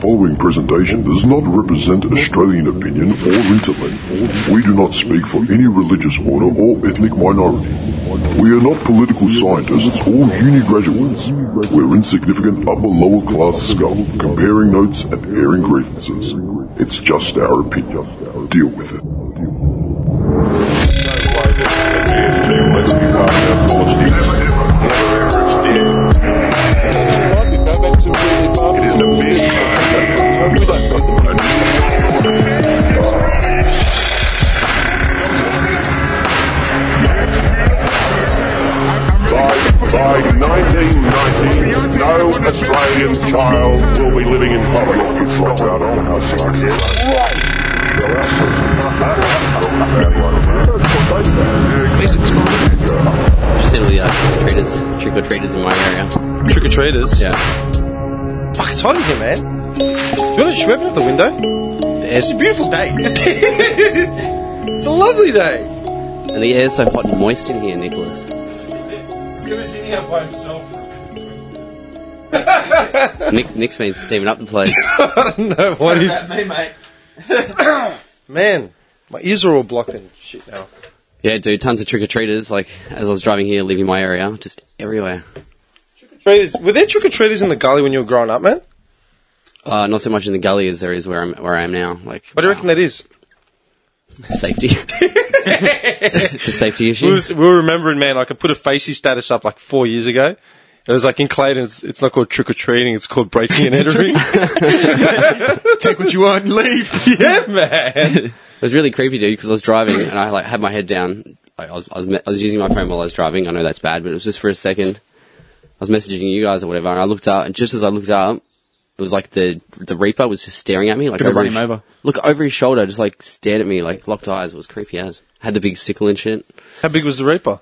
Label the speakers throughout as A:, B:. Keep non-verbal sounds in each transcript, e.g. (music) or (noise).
A: following presentation does not represent Australian opinion or intellect. We do not speak for any religious order or ethnic minority. We are not political scientists or uni graduates. We're insignificant upper lower class scum comparing notes and airing grievances. It's just our opinion. Deal with it.
B: By 1990, no Australian child will be living in poverty.
C: Just any uh, traders, trick or traders in my area.
D: Trick or treaters.
C: Yeah.
D: Fuck, it's hot in here, man. Do you want to should we open up the window? It's a beautiful day. (laughs) it's a lovely day.
C: And the air's so hot and moist in here, Nicholas.
D: He was in here by himself. (laughs)
C: Nick, Nick's been steaming up the place.
D: no, why do you...
E: me, mate.
D: Man, my ears are all blocked and shit now.
C: yeah, dude, tons of trick or treaters. Like, as I was driving here, leaving my area, just everywhere.
D: Treaters, were there trick or treaters in the gully when you were growing up, man?
C: Uh, not so much in the gully as there is where I'm where I am now. Like, uh,
D: What do you reckon that is?
C: safety. (laughs) it's a safety issue.
D: (laughs) We, was, we were remembering, man, like I put a facey status up like four years ago. It was like in Clayton, it's, it's not called trick or treating, it's called breaking and (laughs) entering.
E: Take what you want and leave.
D: (laughs) yeah, man.
C: It was really creepy, dude, because I was driving and I like had my head down. I I was, I was me- I was using my phone while I was driving. I know that's bad, but it was just for a second. I was messaging you guys or whatever, and I looked up, and just as I looked up, it was like the the Reaper was just staring at me, like
E: Gonna
C: over
E: run
C: his,
E: him over.
C: look over his shoulder, just like stared at me, like locked eyes. It was creepy as. Had the big sickle and shit.
D: How big was the Reaper?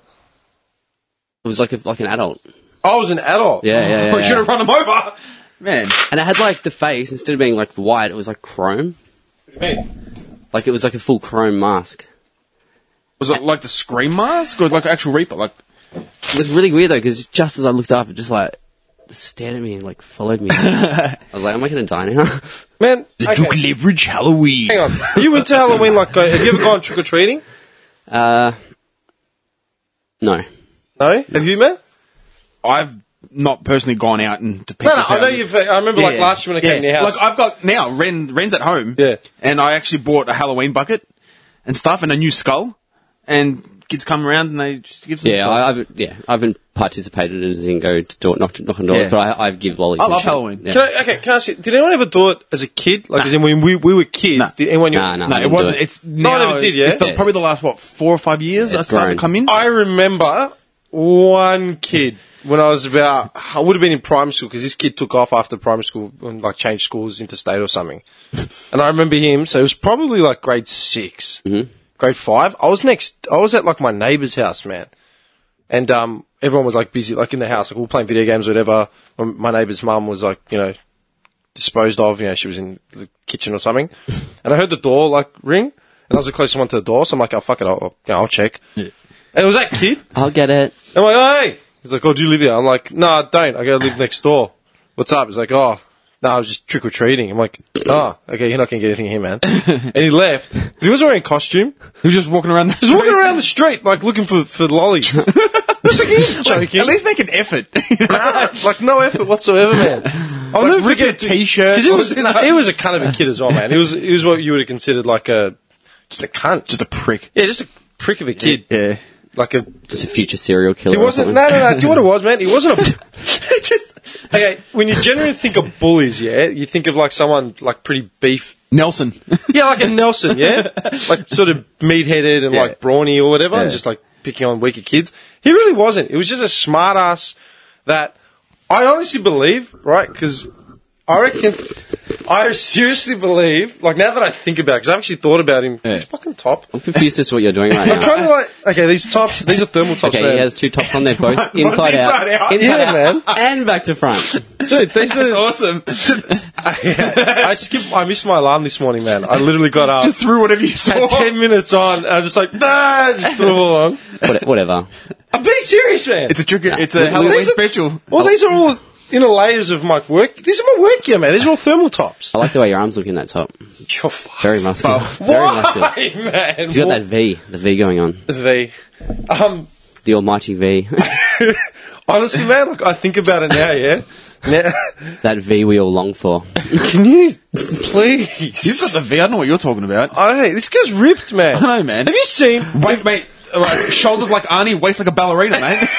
C: It was like a, like an adult.
D: I was an adult.
C: Yeah, yeah, yeah,
D: (laughs) I should
C: yeah.
D: have run him over.
E: Man,
C: And it had like the face instead of being like white, it was like chrome.
D: Man,
C: Like it was like a full chrome mask.
E: was it like the scream mask or like actual Reaper? Like,
C: It was really weird though, because just as I looked up, it just like stared at me and like followed me. (laughs) I was like, am I going to die now? (laughs)
D: man, okay,
E: leverage Halloween.
D: hang on. Are you into Halloween? Like, uh, have you ever gone trick or treating?
C: no.
D: No, have you, man?
E: I've not personally gone out and to
D: No, no. I know you've. uh, I remember like last year when I came to your house.
E: Like I've got now Ren Ren's at home.
D: Yeah.
E: And I actually bought a Halloween bucket and stuff and a new skull. And kids come around and they just give some
C: Yeah,
E: stuff.
C: I, I've yeah, I haven't participated as in go to door, knock, knock on doors,
E: Yeah.
C: but I, I give lollies.
E: I
C: and
E: love
C: shit.
E: Halloween.
C: Yeah.
D: Can I, okay, can I ask you? Did anyone ever do it as a kid? Like, as in when we, we were kids?
E: Nah.
D: Did anyone?
C: Nah, nah.
E: no,
C: I
E: it
C: didn't
E: wasn't.
C: do it.
E: It's now.
D: No, I never did, yeah?
E: it's the-
C: Yeah.
E: Probably the last what four or five years.
C: It's
E: That's started
C: grown.
E: to come in.
D: I remember one kid when I was about, I would have been in primary school because this kid took off after primary school and like changed schools interstate or something. and I remember him, so it was probably like grade 6 grade five. I was next, I was at like my neighbor's house, man. And, um, everyone was like busy, like in the house, like we were playing video games or whatever. Um, My neighbor's mum was like, you know, disposed of, you know, she was in the kitchen or something. and I heard the door like ring and I was the closest one to the door, so I'm like, oh, fuck it, I'll, I'll, you know, I'll check. And it was that kid.
C: I'll get it.
D: I'm like, hey! He's like, oh, do you live here? I'm like, no, I don't. I go live next door. What's up? He's like, oh, no, I was just trick or treating. I'm like, oh, okay, you're not going to get anything here,
E: (laughs)
D: man. and he left. But he was wearing a costume.
E: Who's just walking around?
D: He's walking around the street, like, looking for,
E: (laughs)
D: for lollies. It's like, he's joking.
E: At
D: (laughs)
E: least make an effort.
D: like, no effort whatsoever, man.
E: (laughs)
D: I'll
E: Like,
D: never
E: rip
D: forget
E: a t-shirt
D: 'cause He
E: or (laughs)
D: was,
E: something.
D: he was a kind of a kid as well, man. He was, he was what you would have considered like a, just a cunt.
E: (laughs) just a prick.
D: yeah, just a prick of a kid.
E: Yeah.
D: Like a
C: Just a future serial killer.
D: He wasn't.
C: Or
D: No,
C: something.
D: no, no. Do you know what it was, man? He wasn't (laughs) a. just okay. When you generally think of bullies, yeah, you think of like someone like pretty beef.
E: Nelson. (laughs)
D: Yeah, like a Nelson, (laughs) yeah, like sort of meat-headed and
E: Yeah.
D: like brawny or whatever, and
E: Yeah.
D: just like picking on weaker kids. He really wasn't. It was just a smart ass that I honestly believe, right? Because I reckon. I seriously believe, like now that I think about, because I've actually thought about him. He's fucking top.
C: I'm confused as to what you're
E: (laughs)
C: doing right
D: I'm
C: now.
D: trying to like, okay, these tops, these are thermal tops.
C: Okay,
D: man.
C: he has two tops on.
E: (laughs)
C: They're both inside,
E: inside out.
C: out, inside
D: Yeah, man.
C: out, and back to front.
D: Dude, these are (laughs)
E: awesome. just
D: I skipped. I missed my alarm this morning, man. I literally got up.
E: threw whatever you
D: had
E: saw.
D: ten minutes on, and I'm just like, nah, just threw them along.
C: What, whatever.
D: (laughs) I'm being serious, man.
E: It's a trick. It's a
C: Well,
E: Halloween
D: these are-
E: special.
D: well, these are all (laughs) inner layers of my work. These are my work gear, man. These are all thermal tops.
C: I like the way your arms look in that top.
D: You're fucked.
C: Very muscular. Very muscular.
D: Why, man?
C: He's got that V, the V going on,
D: V. Um,
C: the
E: (laughs)
C: almighty V,
D: honestly, man, like, I think about it now, yeah? Now,
C: that V we all long for.
D: can you
E: (laughs)
D: please?
E: You've got the V. I don't know what you're talking about.
D: I don't know, this guy's ripped, man.
E: I know, man.
D: Have you seen?
E: Wait, mate. All right, shoulders like Arnie, waist like a ballerina, (laughs) mate.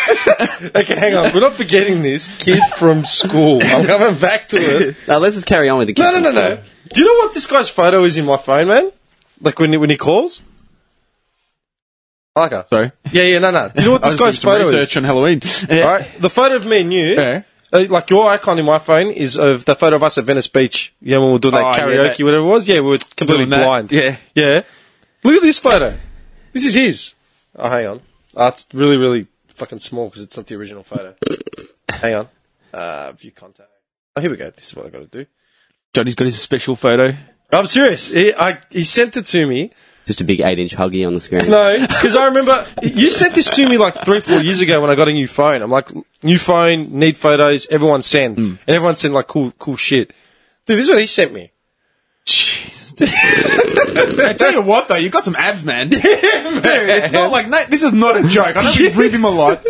D: Okay, hang on. We're not forgetting this kid from school. I'm coming back to it.
C: Now let's just carry on with the.
D: No, no, no, no. Do you know what this guy's photo is in my phone, man? Like when he, when he calls. I like her.
E: Sorry.
D: Yeah, yeah, no, no. Do you know
E: (laughs)
D: what
E: I
D: this
E: was
D: guy's
E: doing
D: photo
E: some
D: is?
E: research on Halloween. Yeah.
D: Right, the photo of me and you.
E: Yeah.
D: Uh, like your icon in my phone is of the photo of us at Venice Beach. Yeah, when we were doing that
E: Oh, yeah,
D: karaoke,
E: that-
D: whatever it was. Yeah, we were completely
E: Doing that.
D: blind.
E: Yeah.
D: yeah. Look at this photo. This is his. Oh, hang on. Ah, it's really, really fucking small because it's not the original photo. hang on. Uh, view contact. Oh, here we go. This is what I got to do.
E: Johnny's got his special photo.
D: I'm serious. He, I, he sent it to me.
C: Just a big eight-inch huggy on the screen.
D: No, because I remember you sent this to me like three, four years ago when I got a new phone. I'm like, new phone, need photos. Everyone send,
E: Hmm.
D: and everyone sent like cool, cool shit. Dude, this is what he sent me.
E: Jesus. dude. I tell you what, though, you got some abs, man.
D: (laughs)
E: Dude, it's not like no, this is not a joke. I know you rib him a lot,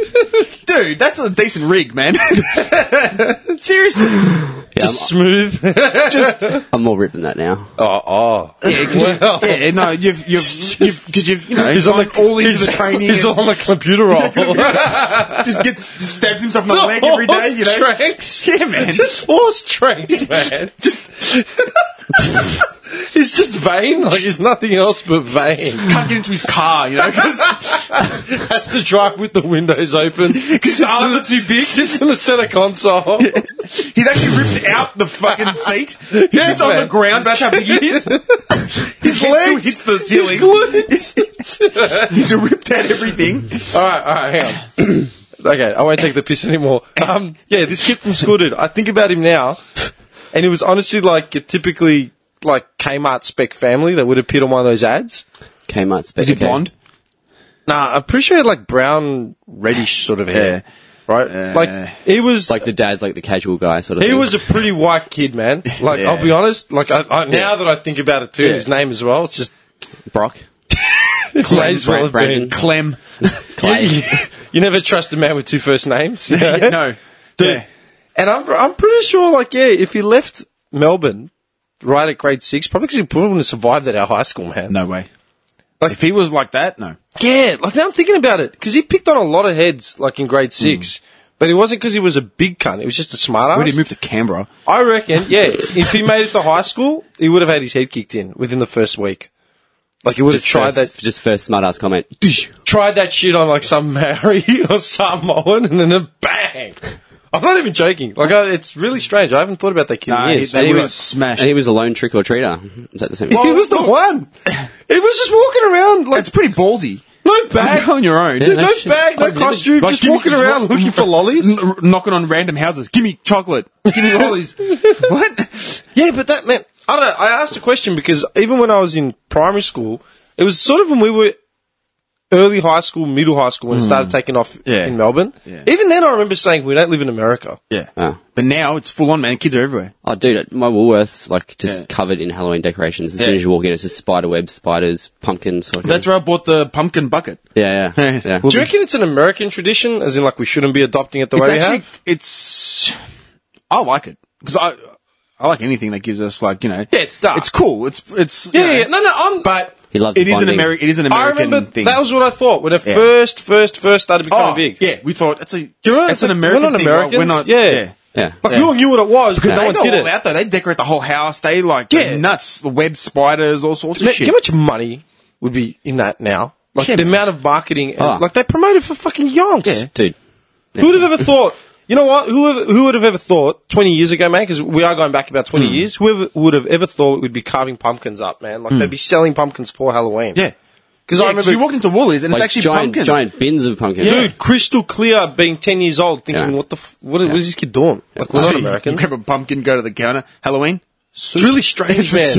E: dude. That's a decent rig, man. Seriously,
C: Yeah, I'm,
D: Smooth. (laughs)
E: just yeah,
C: I'm more ripped than that now.
D: (laughs) Oh, oh.
E: no, you've you've
D: (laughs)
E: you've because you've you know
D: He's on the
E: gone all into the training.
D: (laughs) He's
E: and
D: on the
E: (laughs)
D: computer roll.
E: just gets stabs himself in
D: (laughs)
E: the leg every day. You know,
D: Strengths.
E: yeah, man.
D: Oh, (laughs) Just horse tracks, man.
E: Just
D: He's just vain. Like he's nothing else but vain.
E: (laughs) can't get into his car, you know, because
D: Has to drive with the
E: (laughs)
D: windows open. Sits
E: arms
D: in the-
E: are too big.
D: Sits in the
E: (laughs)
D: center console.
E: he's actually ripped out the fucking seat. He's
D: (laughs) Yeah,
E: just on
D: man.
E: the ground. That's how
D: (laughs)
E: big he is. His leg hits the ceiling.
D: His glutes.
E: He's ripped out everything.
D: All right, all right, hang on. (clears throat) okay, I won't take the
E: (laughs)
D: piss anymore. Um, yeah, this kid from school, dude. I think about him now, and it was honestly like a typically like Kmart spec family that would appear on one of those ads.
C: Kmart spec.
E: Is he
C: okay.
E: blonde?
D: Nah, I'm pretty sure he had like brown, reddish sort of hair, right?
E: Yeah.
D: like he was
C: Like the dad's like the casual guy sort of.
D: he
C: thing.
D: was a pretty white
E: (laughs)
D: kid, man. Like
E: Yeah.
D: I'll be honest, like I, I, now that I think about it too,
E: Yeah.
D: his name as well,
E: (laughs)
D: it's just
C: Brock.
D: plays well have
C: Brandon.
D: been.
E: Clem.
C: Clay.
D: (laughs) You never trust a man with two first names.
E: no.
D: Dude.
E: (laughs) Yeah.
D: (laughs) And I'm I'm pretty sure, like, yeah, if he left Melbourne right at grade six, probably because he probably wouldn't have survived at our high school, man.
E: No way.
D: Like-
E: if he was like that, no.
D: Yeah, like now I'm thinking about it, because he picked on a lot of heads, like in grade
E: Mm.
D: six. But it wasn't because he was a big cunt. It was just a smart
E: When he
D: ass.
E: moved to Canberra,
D: I reckon, yeah, if he made it to high school, he would have had his head kicked in within the first week. Like he would have
C: Just
D: tried
C: first, just first smart ass comment.
D: that, tried that shit on like some (laughs) Maori or Samoan, and then bang. I'm not even joking. Like I, it's really strange. I haven't thought about that kid
E: Nah,
D: in
E: he-
D: years.
E: they
D: And he
E: would've
D: was-
E: smashed.
C: And he was a lone trick or treater. Is that the same?
D: he was the one. He was just walking around like
E: it's pretty ballsy.
D: no
E: Bag
D: (laughs) bag,
E: on your own.
D: no Oh, bag, no costume,
E: Like,
D: just
E: give me-
D: walking around looking for lollies.
E: (laughs) N- r- knocking on random houses. Give me chocolate. Give me lollies. (laughs) what?
D: Yeah, but that meant I don't. I asked the question because even when I was in primary school, it was sort of when we were early high school, middle high school when it started taking off
E: Hmm. Yeah.
D: in Melbourne.
E: Yeah.
D: Even then, I remember saying we don't live in America.
E: Yeah.
C: Oh.
E: But now it's full on, man. Kids are everywhere.
C: Oh, dude, my Woolworths like just
E: Yeah.
C: covered in Halloween decorations. As soon as you walk in, it's just spider webs, spiders, pumpkins. Sort of
E: That's where I bought the pumpkin bucket.
C: Yeah, yeah, yeah.
E: Well,
D: Do you reckon it's an American tradition, as in like we shouldn't be adopting it the
E: It's
D: way we
E: actually,
D: have?
E: it's, I like it. Cause I, I like anything that gives us like, you know.
D: Yeah, it's dark.
E: It's cool. It's, it's. you
D: Yeah,
E: know.
D: yeah, no, no, I'm.
E: But
C: He loves
E: it is an
C: bonding.
E: American. It is an
D: I
E: American
D: remember
E: thing.
D: that was what I thought when it
E: Yeah.
D: first, first, first started becoming
E: oh,
D: big.
E: Yeah, we thought it's a.
D: you remember?
E: it's an
D: It's like,
E: American
D: we're not
E: thing. right? We're not.
D: Americans. Yeah.
C: yeah.
D: Like we all knew what it was because
E: They
D: no one
E: go
D: did
E: all
D: it.
E: out though. They decorate the whole house. They like go
D: Yeah.
E: nuts. The web spiders, all sorts of
D: Man,
E: shit.
D: how much money would be in that now? Like
E: Yeah,
D: the
E: man. Ah.
D: amount of marketing, and,
C: Oh.
D: like they promoted for fucking yonks.
C: dude.
D: Who would have ever thought? You know what? Who have- who would have ever thought twenty years ago, man? Because we are going back about twenty
E: Hmm.
D: years. Whoever would have ever thought we'd be carving pumpkins up, man? Like they'd be selling pumpkins for Halloween.
E: Hmm. yeah,
D: because
E: yeah,
D: I remember
E: you walk into Woolies and
C: Like
E: it's actually
C: giant,
E: pumpkins.
C: giant bins of pumpkins.
D: dude, crystal clear, being ten years old, thinking
C: Yeah.
D: what the f- what, what is this kid doing? Like we're
E: So
D: not
E: (laughs) you- you
D: Americans.
E: grab a pumpkin, go to the counter. Halloween.
D: It's really strange, man.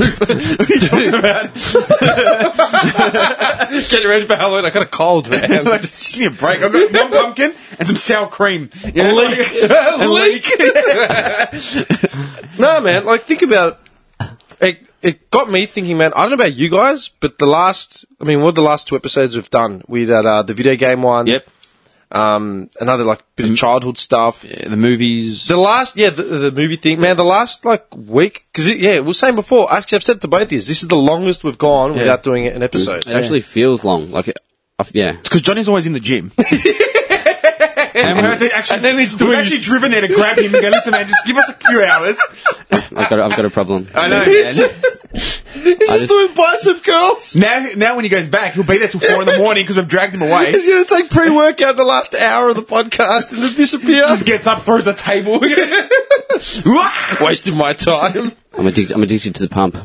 E: (laughs)
D: (laughs) Getting ready for Halloween. I got a cold, man.
E: Like, (laughs) just give me a break. I've got one pumpkin and some sour cream. You know, like-
D: leak. no, man. Like, think about it. it. It got me thinking, man. I don't know about you guys, but the last, I mean, what the last two episodes we've done? We did uh, the video game one.
C: Yep.
D: Um, another like bit of childhood stuff.
E: the movies.
D: The last, yeah, the, the movie thing, man. The last like week, because yeah, we were saying before. Actually, I've said to both of you, this is the longest we've gone without doing an episode.
C: It actually feels long. Like, it, I- yeah.
E: Because Johnny's always in the (laughs) gym. and, we've actually, and then he's we've actually driven there to grab him and go, listen, man, just give us a few hours.
C: I've got, a- I've got a
D: (laughs)
C: problem.
E: (laughs) I (laughs) know, man.
C: I just,
D: Doing bicep curls.
E: Now, now when he goes back, he'll be there till four in the morning because we've dragged him (laughs) away.
D: He's going to take pre-workout the last hour of the podcast and then disappear.
E: Just gets up, throws the (laughs) table.
D: Wasting my time.
C: I'm addicted. I'm addicted to the pump.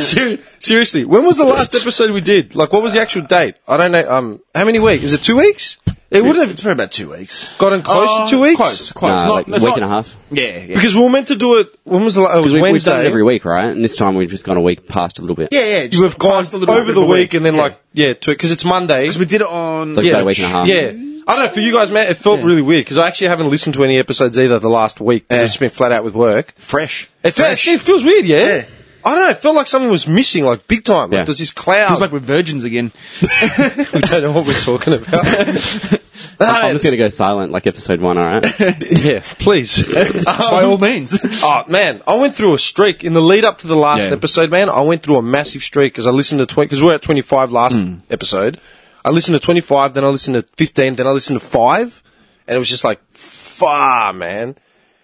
D: Ser- Seriously, when was the last episode we did? Like, what was the actual date? I don't know. Um, how many weeks? Is it two weeks? It would have
E: it's been about two weeks.
D: gotten close
E: Uh,
D: to two weeks.
E: Close, close.
C: Nah,
E: Not-
C: like a
E: it's
C: week
E: not-
C: and a half.
E: Yeah, yeah.
D: Because we were meant to do it. When was the? la- It was
C: We, we've
D: Wednesday.
C: done it every week, right? And this time we've just gone a week past a little bit.
E: yeah, yeah.
D: You have gone
E: past a little
D: over
E: bit
D: the
E: of
D: week, and then like yeah, to it because it's Monday.
E: Because we did it on.
C: like
D: yeah,
C: about a week and a half.
D: Yeah. I don't know, for you guys, man, it felt really weird because I actually haven't listened to any episodes either the last week. 'cause I've just been flat out with work.
E: fresh.
D: It, felt, it feels weird, yeah? I don't know, it felt like something was missing, like big time. Like
C: Yeah.
D: there's this cloud.
E: Feels like we're virgins (laughs) again.
D: we (laughs) don't know what we're talking about. (laughs)
C: I'm I'm just gonna go silent, like episode one. All right.
D: (laughs) Yeah, (laughs) please.
E: By all means. (laughs)
D: (laughs) oh man, I went through a streak in the lead up to the last
E: Yeah.
D: episode. Man, I went through a massive streak because I listened to twenty because we were at twenty five last episode. I listened to twenty five, then I listened to fifteen, then I listened to five, and it was just like, far man.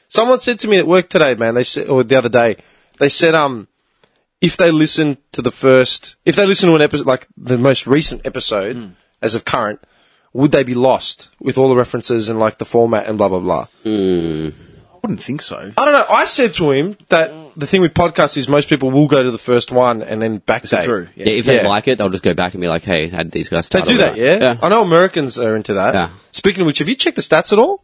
D: Someone said to me at work today, man. They said, or the other day, they said, um, if they listen to the first, if they listen to an episode like the most recent episode as of current, would they be lost with all the references and like the format and blah blah blah?
E: I wouldn't think so.
D: I don't know. I said to him that the thing with podcasts is most people will go to the first one and then backdate.
E: True.
C: Yeah, if they
D: Yeah.
C: like it, they'll just go back and be like, "Hey, how did these guys
D: They
C: start?"
D: do
C: all
D: that, yeah? I know Americans are into that.
C: Yeah.
D: Speaking of which, have you checked the stats at all?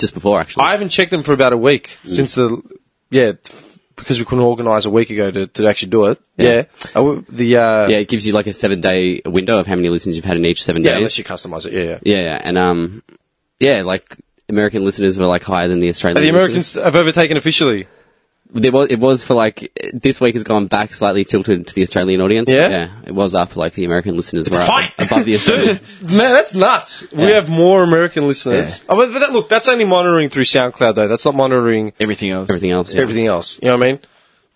C: Just before, actually.
D: I haven't checked them for about a week since the yeah f- because we couldn't organise a week ago to, to actually do it. Yeah. I w- the uh,
C: yeah, it gives you like a seven day window of how many listens you've had in each seven
D: yeah,
C: days.
D: unless you customise it. Yeah. yeah.
C: Yeah, yeah, and um, yeah, like American listeners were like higher than the Australian.
D: The
C: listeners.
D: Americans have overtaken officially.
C: there was it was for like this week has gone back slightly tilted to the Australian audience.
D: Yeah?
C: it was up like the American listeners were up
E: fight.
C: above
D: (laughs)
C: the Australian.
D: Man, that's nuts. We
C: Yeah.
D: have more American listeners. Oh, but, but that, look, that's only monitoring through SoundCloud though. That's not monitoring
E: Everything else.
C: everything else. Yeah.
D: everything else. You know what I mean?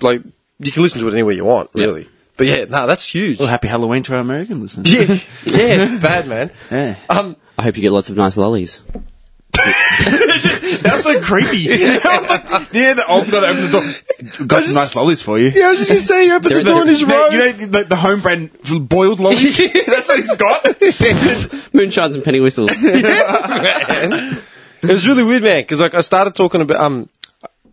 D: Like you can listen to it anywhere you want, really. But yeah, no, that's huge.
E: Well, happy Halloween to our American listeners.
D: (laughs) yeah, yeah, bad man.
E: Yeah.
D: Um,
C: I hope you get lots of nice lollies.
E: That's so creepy. I was like, (laughs) yeah, the old guy that opened the door. Got some nice lollies for you.
D: yeah, I was just gonna say he opens the door in his robe.
E: You know, the, the home brand boiled lollies? (laughs) That's what he's got. (laughs)
C: Moonshines and penny
D: (laughs)
C: whistles.
D: it was really weird, man, because like I started talking about um,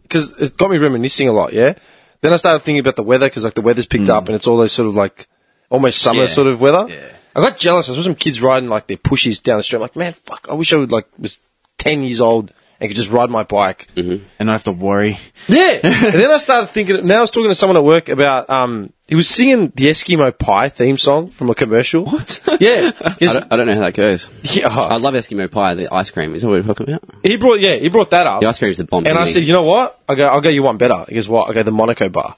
D: because it got me reminiscing a lot. Yeah. Then I started thinking about the weather because like the weather's picked up and it's all those sort of like almost summer
E: Mm. Yeah.
D: sort of weather.
E: Yeah.
D: I got jealous. I saw some kids riding like their pushies down the street. I'm like, man, fuck! I wish I would like was ten years old and could just ride my bike.
E: and I have to worry.
D: Yeah. (laughs) and then I started thinking. Now I was talking to someone at work about. Um, he was singing the Eskimo Pie theme song from a commercial. What? (laughs) Yeah.
C: I,
D: Yes.
C: don't, I don't know how that goes.
D: Yeah.
C: I love Eskimo pie, the ice cream. Is that what we're talking about?
D: He brought. Yeah. He brought that up.
C: The ice cream is the bomb.
D: and I
C: isn't
D: said,
C: it?
D: you know what? I go. I'll go you one better. He goes, what? I go the Monaco Bar.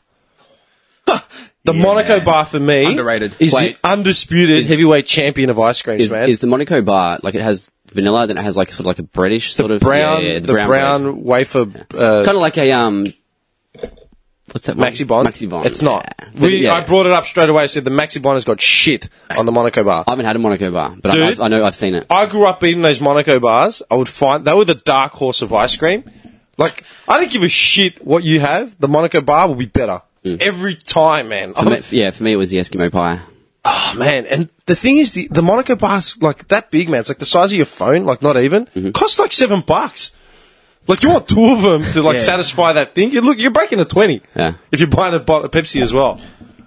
D: (laughs) The Monaco Bar for me
E: Underrated.
D: is
C: Wait.
D: the undisputed heavyweight champion of ice creams,
C: is,
D: man.
C: is the Monaco bar like it has vanilla, then it has like sort of like a breadish sort of
D: brown,
C: yeah, yeah,
D: the brown, wafer. Uh,
C: kind of like a um, what's that? one?
D: Maxi Bond.
C: Maxi Bond.
D: It's not.
C: Yeah. But
D: We,
C: yeah,
D: I brought it up straight away. I said the Maxi Bond has got shit on the Monaco bar.
C: I haven't had a Monaco bar, but
D: Dude.
C: I, I've- I know I've seen it.
D: I grew up eating those Monaco bars. I would find they were the dark horse of ice cream. Like I don't give a shit what you have. The Monaco bar will be better
C: Mm.
D: every time, man.
C: For
D: Oh,
C: me- yeah, for me it was the Eskimo pie.
D: oh, man, and the thing is, the, the Monaco bar's like that big, man. It's like the size of your phone, like not even.
C: Mm-hmm.
D: Costs like seven bucks. Like you want two of them to like
E: Yeah.
D: satisfy that thing. You look, you're breaking a twenty.
C: Yeah.
D: If you're buying a bottle of Pepsi as well.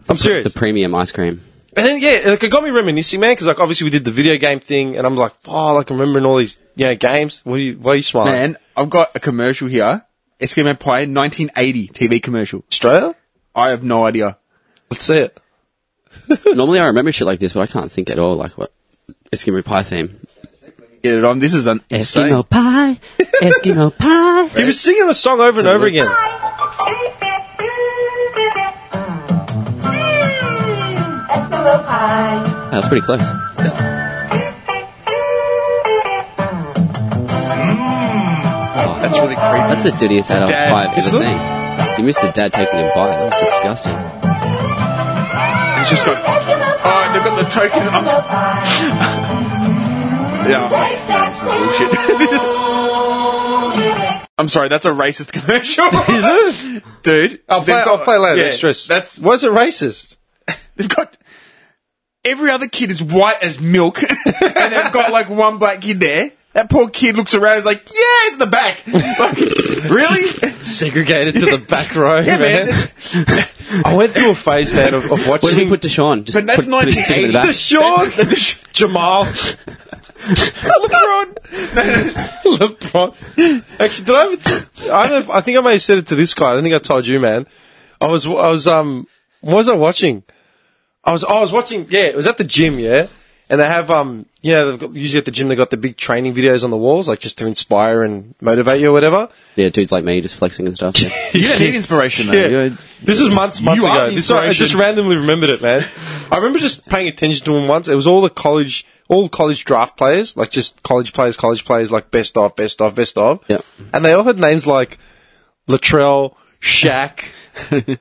D: I'm serious.
C: The premium ice cream.
D: And then yeah, like it got me reminiscing, man, because like obviously we did the video game thing, and I'm like, oh, like I'm remembering all these you know games. What are you? Why are you smiling?
E: Man, I've got a commercial here Eskimo Empire 1980 TV commercial.
D: Australia?
E: I have no idea.
D: Let's see it.
C: Normally I remember shit like this, but I can't think at all. Like what Eskimo pie theme?
E: Get it on. This is an insane.
C: Eskimo pie,
D: (laughs)
C: Eskimo pie.
D: He was singing the song over and over again.
F: Eskimo pie.
C: That's pretty close.
E: That's really creepy.
C: That's the dirtiest adult
E: Dad.
C: pie I've ever
E: It's not-
C: seen. You missed the dad taking a bite. That was disgusting.
E: It's just got. Oh, they've got the token. I'm s- (laughs) yeah, that's- no, this is bullshit. I'm sorry, that's a racist (laughs) commercial.
D: Is it?
E: Dude.
D: I'll play, I'll play later.
E: Yeah,
D: it's just-
E: That's, what?
D: was it racist?
E: (laughs) They've got. Every other kid is white as milk, (laughs) and they've got like one black kid there. That poor kid looks around, he's like, yeah, it's the back. (laughs) Like, (laughs) really?
D: (laughs) Segregated to the back row,
E: Yeah, man.
D: man. (laughs) I went through a phase, man, of, of
C: What did we
D: watching (laughs)
C: put Deshaun? Just
E: But that's
C: put, put it- stick it in the
E: 1980.
C: back.
D: Deshaun. Jamal
E: LeBron.
D: (laughs) LeBron. Actually, did I ever? T- I don't. know if- I think I may have said it to this guy. I don't think I told you, man. I was. I was. Um. What was I watching? I was. oh, I was watching. Yeah, it was at the gym. Yeah, and they have. Um. You know, they've got, usually at the gym they have got the big training videos on the walls, like just to inspire and motivate you or whatever.
C: Yeah, dudes like me just flexing and stuff.
D: (laughs)
C: Yeah.
E: You don't need inspiration, though.
D: Yeah.
E: You're-
D: This is months, months
E: You are
D: ago.
E: the
D: This, I
E: inspiration.
D: just randomly remembered it, man. I remember just paying attention to him once. It was all the college, all college draft players, like just college players, college players, like best of, best of, best of.
C: Yeah.
D: And they all had names like Latrell, Shaq,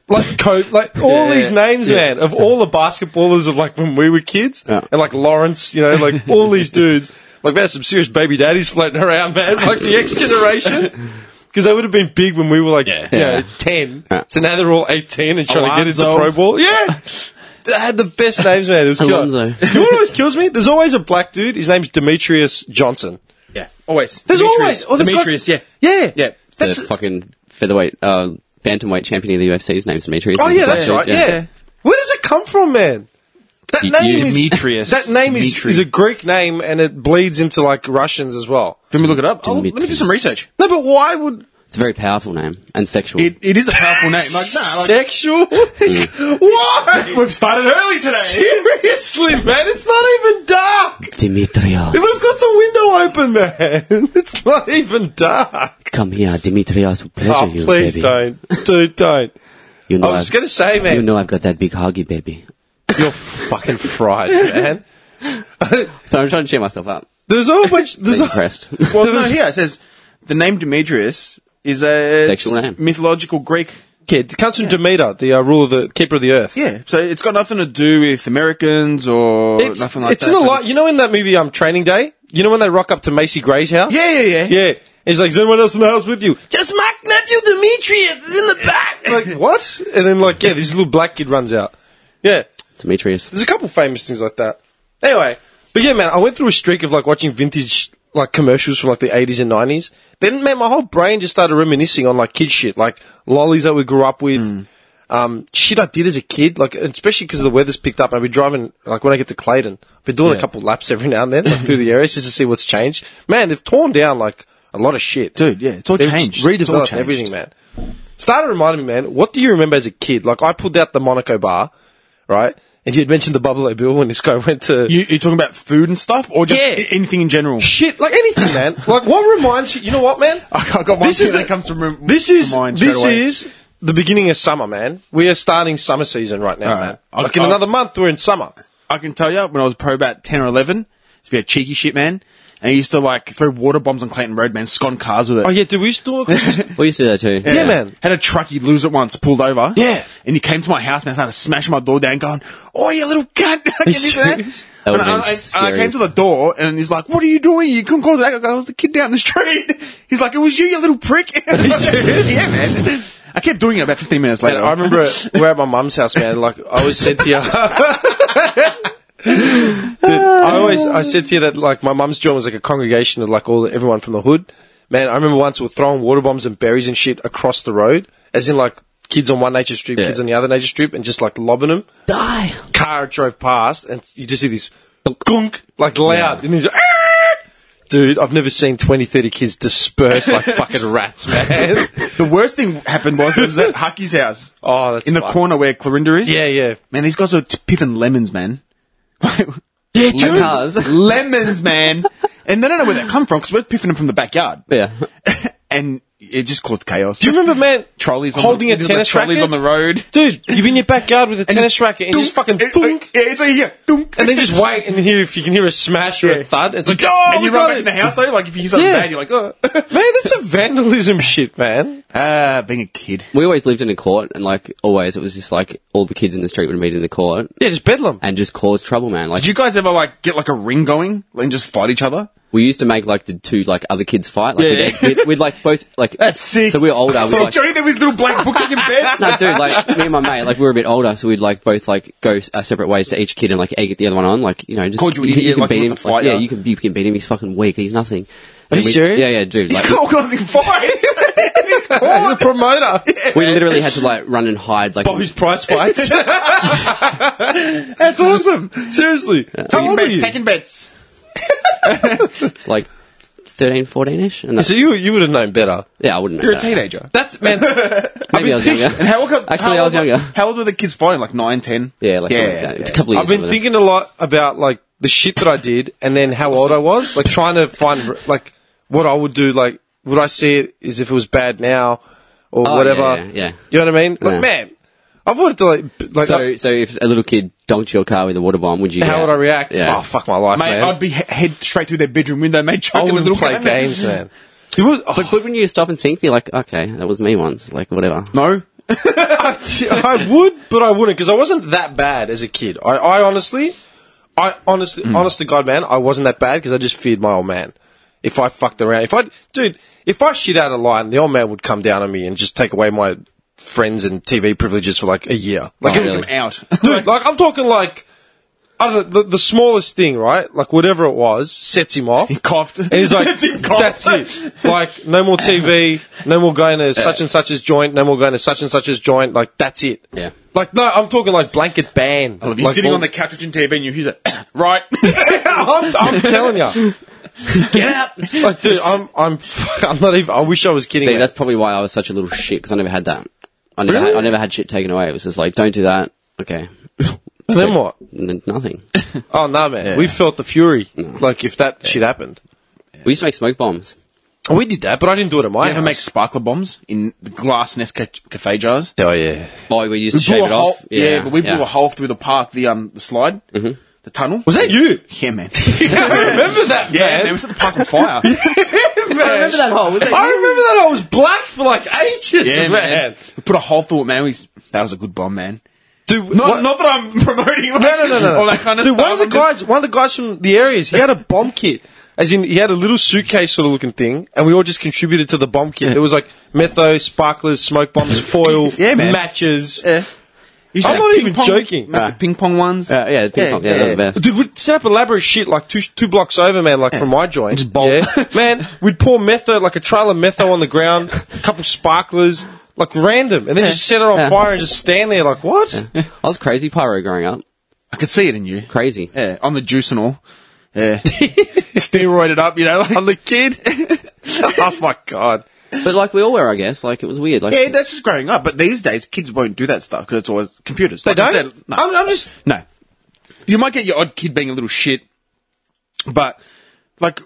D: like Coach, like all these names, man, of all the basketballers of like when we were kids,
C: Yeah.
D: and like Lawrence, you know, like all
C: (laughs)
D: these dudes. Like there's some serious baby daddies floating around, man. Like the X
C: (laughs)
D: generation. Because they would have been big when we were like, you know,
C: Yeah.
D: 10.
C: Yeah.
D: So now they're all 18 and trying to get into
E: Alonzo.
D: Pro
C: (laughs)
D: Ball. Yeah. They had the best names, man. It was good.
C: Alonzo.
D: You know what always kills me? There's always a black dude. His name's Demetrius Johnson.
E: (laughs) Yeah, always.
D: There's always- oh, they've got-
E: Demetrius, yeah.
D: Yeah.
E: Yeah.
C: the fucking featherweight, uh, bantamweight champion of the UFC. His name's Demetrius.
D: Oh,
C: He's
D: yeah,
C: a black
D: that's
C: dude,
D: right. Yeah. Where does it come from, man? That
C: You-
D: name
C: you-
D: is
E: Demetrius.
D: That name is,
E: Dimitri.
D: is a Greek name, and it bleeds into like Russians as well.
E: Let me look it up. I'll- Oh, let me do
C: Demetrius.
E: some research.
D: No, but why would
C: It's a very powerful name and sexual.
E: It, it is a powerful name. Like, nah, (laughs) like,
D: sexual? (laughs)
C: Mm.
D: why?
E: we've started early today.
D: Seriously, man, it's not even dark. We've
C: Dimitrios.
D: got the window open, man. (laughs) It's not even dark.
C: Come here, Dimitrios. will Pleasure
D: Oh,
C: you,
D: please
C: baby.
D: don't, dude, don't.
C: You know
D: I was
C: I've-
D: gonna say, man,
C: You know I've got that big huggy, baby.
D: you're fucking fried, man.
C: So I'm trying to cheer myself
D: (laughs)
C: up.
D: There's a
C: (laughs)
D: whole bunch. There's
C: Being
D: a,
C: depressed.
E: (laughs) Well, no, here it says the name Demetrius is a
C: Sexual name.
E: mythological Greek.
D: yeah, it comes from Demeter, the uh, ruler of the keeper of the earth.
E: Yeah, so it's got nothing to do with Americans or
D: it's,
E: nothing like
D: it's
E: that.
D: in a lot. You know, in that movie, um, Training Day. You know when they rock up to Macy Gray's house.
E: Yeah, yeah, yeah.
D: Yeah. He's like, is anyone else in the house with you? Just Mark Matthew Demetrius is in the back.
E: (laughs)
D: like, what? And then, like, yeah, this little black kid runs out. Yeah.
C: Demetrius.
D: There's a couple famous things like that. Anyway, but yeah, man, I went through a streak of, like, watching vintage, like, commercials from, like, the 80s and 90s. Then, man, my whole brain just started reminiscing on, like, kid shit, like, lollies that we grew up with.
E: Hmm.
D: Um, shit I did as a kid, like especially because the weather's picked up, and I've been driving like when I get to Clayton, I've been doing a couple laps every now and then like,
E: (laughs)
D: through the areas just to see what's changed. Man, they've torn down like a lot of shit,
E: Dude, yeah, it's all
D: They've
E: changed.
D: Redeveloped
E: It's all changed.
D: everything, man. Started reminding me, man. What do you remember as a kid? Like I pulled out the Monaco bar, right? And you had mentioned the Buffalo Bill when this guy (laughs) went to
E: You, you're talking about food and stuff, or just
D: Yeah.
E: a- anything in general.
D: shit, like anything, (laughs) man. Like what reminds you? You know what, man?
E: (laughs) I got one
D: This
E: this
D: is
E: is that
D: the-
E: comes from rem-
D: (laughs) This is
E: mine straight
D: this
E: away.
D: is the beginning of summer, man. We are starting summer season right now,
E: All right.
D: man.
E: I'll-
D: like in
E: I'll-
D: another month, we're in summer.
E: I can tell you, when I was probably about 10 or 11, used to be a cheeky shit man, and I used to, like, throw water bombs on Clayton Road, man, scon cars with it.
D: Oh yeah, do we still? yeah,
C: We used to do that too.
D: Yeah, man.
E: Had a truck you lose it once, pulled over.
D: Yeah.
E: And he came to my house and I started smashing my door down, going, Oh, you little cunt. (laughs) and
D: He's
E: this and
D: serious?
E: that.
C: That
E: And
C: would've
E: I,
C: been
E: I- and I
C: scary.
E: came to the door and he's like, What are you doing? You couldn't cause an accident. I go, "I was the kid down the street. (laughs) He's like, It was you, you little prick. (laughs) Are
D: you serious?
E: Yeah, man. I kept doing it about 15 minutes
D: man,
E: later.
D: I remember we we're at my mum's house, man. Like I always said to you. (laughs) Dude, I always I said to you that like my mum's joint was like a congregation of like all everyone from the hood. Man, I remember once we were throwing water bombs and berries and shit across the road, as in like kids on one nature strip, kids on the other nature strip, and just like lobbing them.
C: Die.
D: car drove past and you just see this gunk, like loud, and he's like, "Ah!" Dude, I've never seen 20, 30 kids
E: (laughs)
D: disperse like fucking rats, man. (laughs)
E: The worst thing happened was it was at Hucky's house
D: Oh, that's
E: in the
D: fucked.
E: corner where Clarinda is.
D: Yeah, yeah.
E: man, these guys were t- piffing lemons, man.
C: Yeah,
E: lemons, (laughs) lemons, man. And they don't know where that come from because we're piffing them from the backyard,
C: Yeah.
E: and it just caused chaos.
D: Do you remember, man,
E: trolleys on
D: holding
E: the,
D: a
E: just
D: tennis
E: like trolleys
D: racket?
E: on the road?
D: Dude, you've in your backyard with a tennis racket and
E: Dunk.
D: just fucking
E: It-
D: thunk,
E: Yeah, it's like yeah, dunk.
D: and
E: (laughs)
D: then just wait and hear if you can hear a smash or a
E: Yeah.
D: thud. It's like, oh,
E: And
D: we
E: you run
D: got
E: back
D: it.
E: in the
D: (laughs)
E: house though, like if you hear something
D: Yeah.
E: bad, you're like, oh.
D: (laughs) Man, that's a vandalism shit, man.
E: Ah, being a kid.
C: We always lived in a court, and like always, it was just like all the kids in the street would meet in the court
D: Yeah, just
E: (laughs)
D: bedlam.
C: and just cause trouble, man. Like
E: Did you guys ever like get like a ring going like, and just fight each other?
C: we used to make like the two like other kids fight. Like,
D: Yeah.
C: we'd, we'd, we'd like both like
E: That's sick.
C: So we were
E: (laughs)
C: older. We
E: So
C: like,
E: Johnny, there was little blank booking in (laughs) bed.
C: no, dude, like me and my mate, like we were a bit older, so we'd like both like go our separate ways to each kid and like egg the other one on, like you know, just
E: Called you an
C: can-
E: idiot,
C: can
E: like,
C: beat
E: wants
C: him,
E: to
C: like,
E: fight
C: yeah,
E: you.
C: you can you can beat him. He's fucking weak. He's nothing.
D: Are you
C: we-
D: serious?
C: Yeah, yeah, dude. Like,
E: He's organising fights. in his
D: He's a
E: court.
D: promoter.
C: we literally had to like run and hide. Like,
D: Bobby's prize fights.
E: (laughs)
D: (laughs) that's awesome. Seriously. How
E: Taking
D: old are
E: bets,
D: you?
E: taking bets.
C: like 13, 14 ish. And
D: So you, you would have known better.
C: yeah, I wouldn't. know
E: You're a
C: that.
E: teenager.
D: That's, man,
E: (laughs)
C: Maybe I was younger.
E: And how old?
C: (laughs) Actually,
E: how
C: I was
E: old-
C: younger.
E: How old were the kids fighting? Like nine, ten.
C: Yeah, like
E: Yeah,
C: something like that.
E: yeah.
C: It's a couple of years.
D: I've been
C: older than
D: thinking a lot about like the shit that I did, and then how old I was. Like trying to find like what I would do. Like would I see it as if it was bad now or
C: Oh,
D: whatever?
C: yeah, yeah, yeah.
D: You know what I mean? Like
C: Yeah.
D: man, I've wanted to like b- like
C: So, so if a little kid dunked your car with a water bomb, would you?
D: how
C: yeah.
D: would I react?
C: Yeah.
D: Oh fuck my life,
E: Mate,
D: man.
E: I'd be he- head straight through their bedroom window, mate.
D: I
E: Chucking
D: wouldn't
E: the little
D: play
E: gun. (laughs)
D: games, man.
E: It was. oh,
C: But wouldn't you stop and think? Be like, okay, that was me once. Like, whatever.
E: no.
D: I would, but I wouldn't because I wasn't that bad as a kid. I, I honestly, I honestly, honest to God, man, I wasn't that bad because I just feared my old man. If I fucked around, if I, dude, if I shit out a line, the old man would come down on me and just take away my friends and TV privileges for like a year. Like,
E: Get
C: really?
E: them out. (laughs)
D: dude, like I'm talking like, I don't know, the, the smallest thing, right? Like whatever it was, sets him off.
E: Coughed.
D: And
E: (laughs)
D: he's like, that's it. Like, no more TV, no more going to such and such's joint, no more going to such and such's joint. Like, that's it.
C: Yeah.
D: Like, no, I'm talking like blanket ban.
E: You're
D: Like,
E: sitting
D: all-
E: on the couch watching TV and you hear that. (coughs) right.
D: I'm, I'm
E: (laughs)
D: telling you.
E: Get out.
D: Like, dude, I'm, I'm, (laughs) I'm not even, I wish I was kidding.
C: See,
D: man.
C: that's probably why I was such a little shit because I never had that. I never, had, I never had shit taken away. It was just like, don't do that. Okay,
D: And then what?
C: N- nothing.
D: Oh, no, man. We felt the fury.
E: Mm.
D: Like, if that shit happened.
C: We used to make smoke bombs.
D: We did that, but I didn't do it at my
E: You ever
D: house.
E: make sparkler bombs in the glass Nesca cafe jars?
D: oh, yeah.
C: Oh, we used to
E: blew
C: shave
E: a
C: it
E: hole-
C: off.
E: Yeah, but we blew a hole through the park, the um, the slide, mm-hmm. the tunnel.
D: Was that you?
E: Yeah, man. remember that? Yeah, man. it was at the park on fire.
D: (laughs) I remember that hole. I remember that I was black for like ages,
E: yeah,
D: man.
E: man. We put a hole through it, man. We, that was a good bomb, man.
D: Dude,
E: Not,
D: what-
E: not that I'm (laughs) promoting. Like,
D: No, no, no, no.
E: All that kind of
D: Dude,
E: stuff.
D: one of the
E: I'm just-
D: guys, one of the guys from the areas, he had a bomb kit. As in, he had a little suitcase sort of looking thing, and we all just contributed to the bomb kit. There was like metho, sparklers, smoke bombs, foil,
E: Yeah, man.
D: matches.
E: You should
D: I'm
E: have
D: not
E: ping
D: even
E: pong-
D: joking.
E: make the ping pong ones.
C: Uh, (laughs) yeah, ping pong. Yeah, they're the best.
D: Dude, we'd set up elaborate shit like two two blocks over, man, like from my joint.
E: Just bolt.
D: Yeah. (laughs) Man, we'd pour metho, like a trail of metho on the ground, a couple sparklers, like random, and then just set her on
C: Yeah.
D: fire and just stand there like, what?
C: I was crazy pyro growing up.
E: I could see it in you.
C: Crazy.
E: Yeah, on the juice and all. (laughs) Yeah. Steroided up, you (laughs) know. Like,
D: I'm the kid. oh my god.
C: But like we all were, I guess. Like it was weird. Like
E: yeah, that's just growing up. But these days, kids won't do that stuff because it's always computers.
D: They
E: Like I
D: don't?
E: said, no.
D: I'm, I'm just,
E: No. You might get your odd kid being a little shit, but like,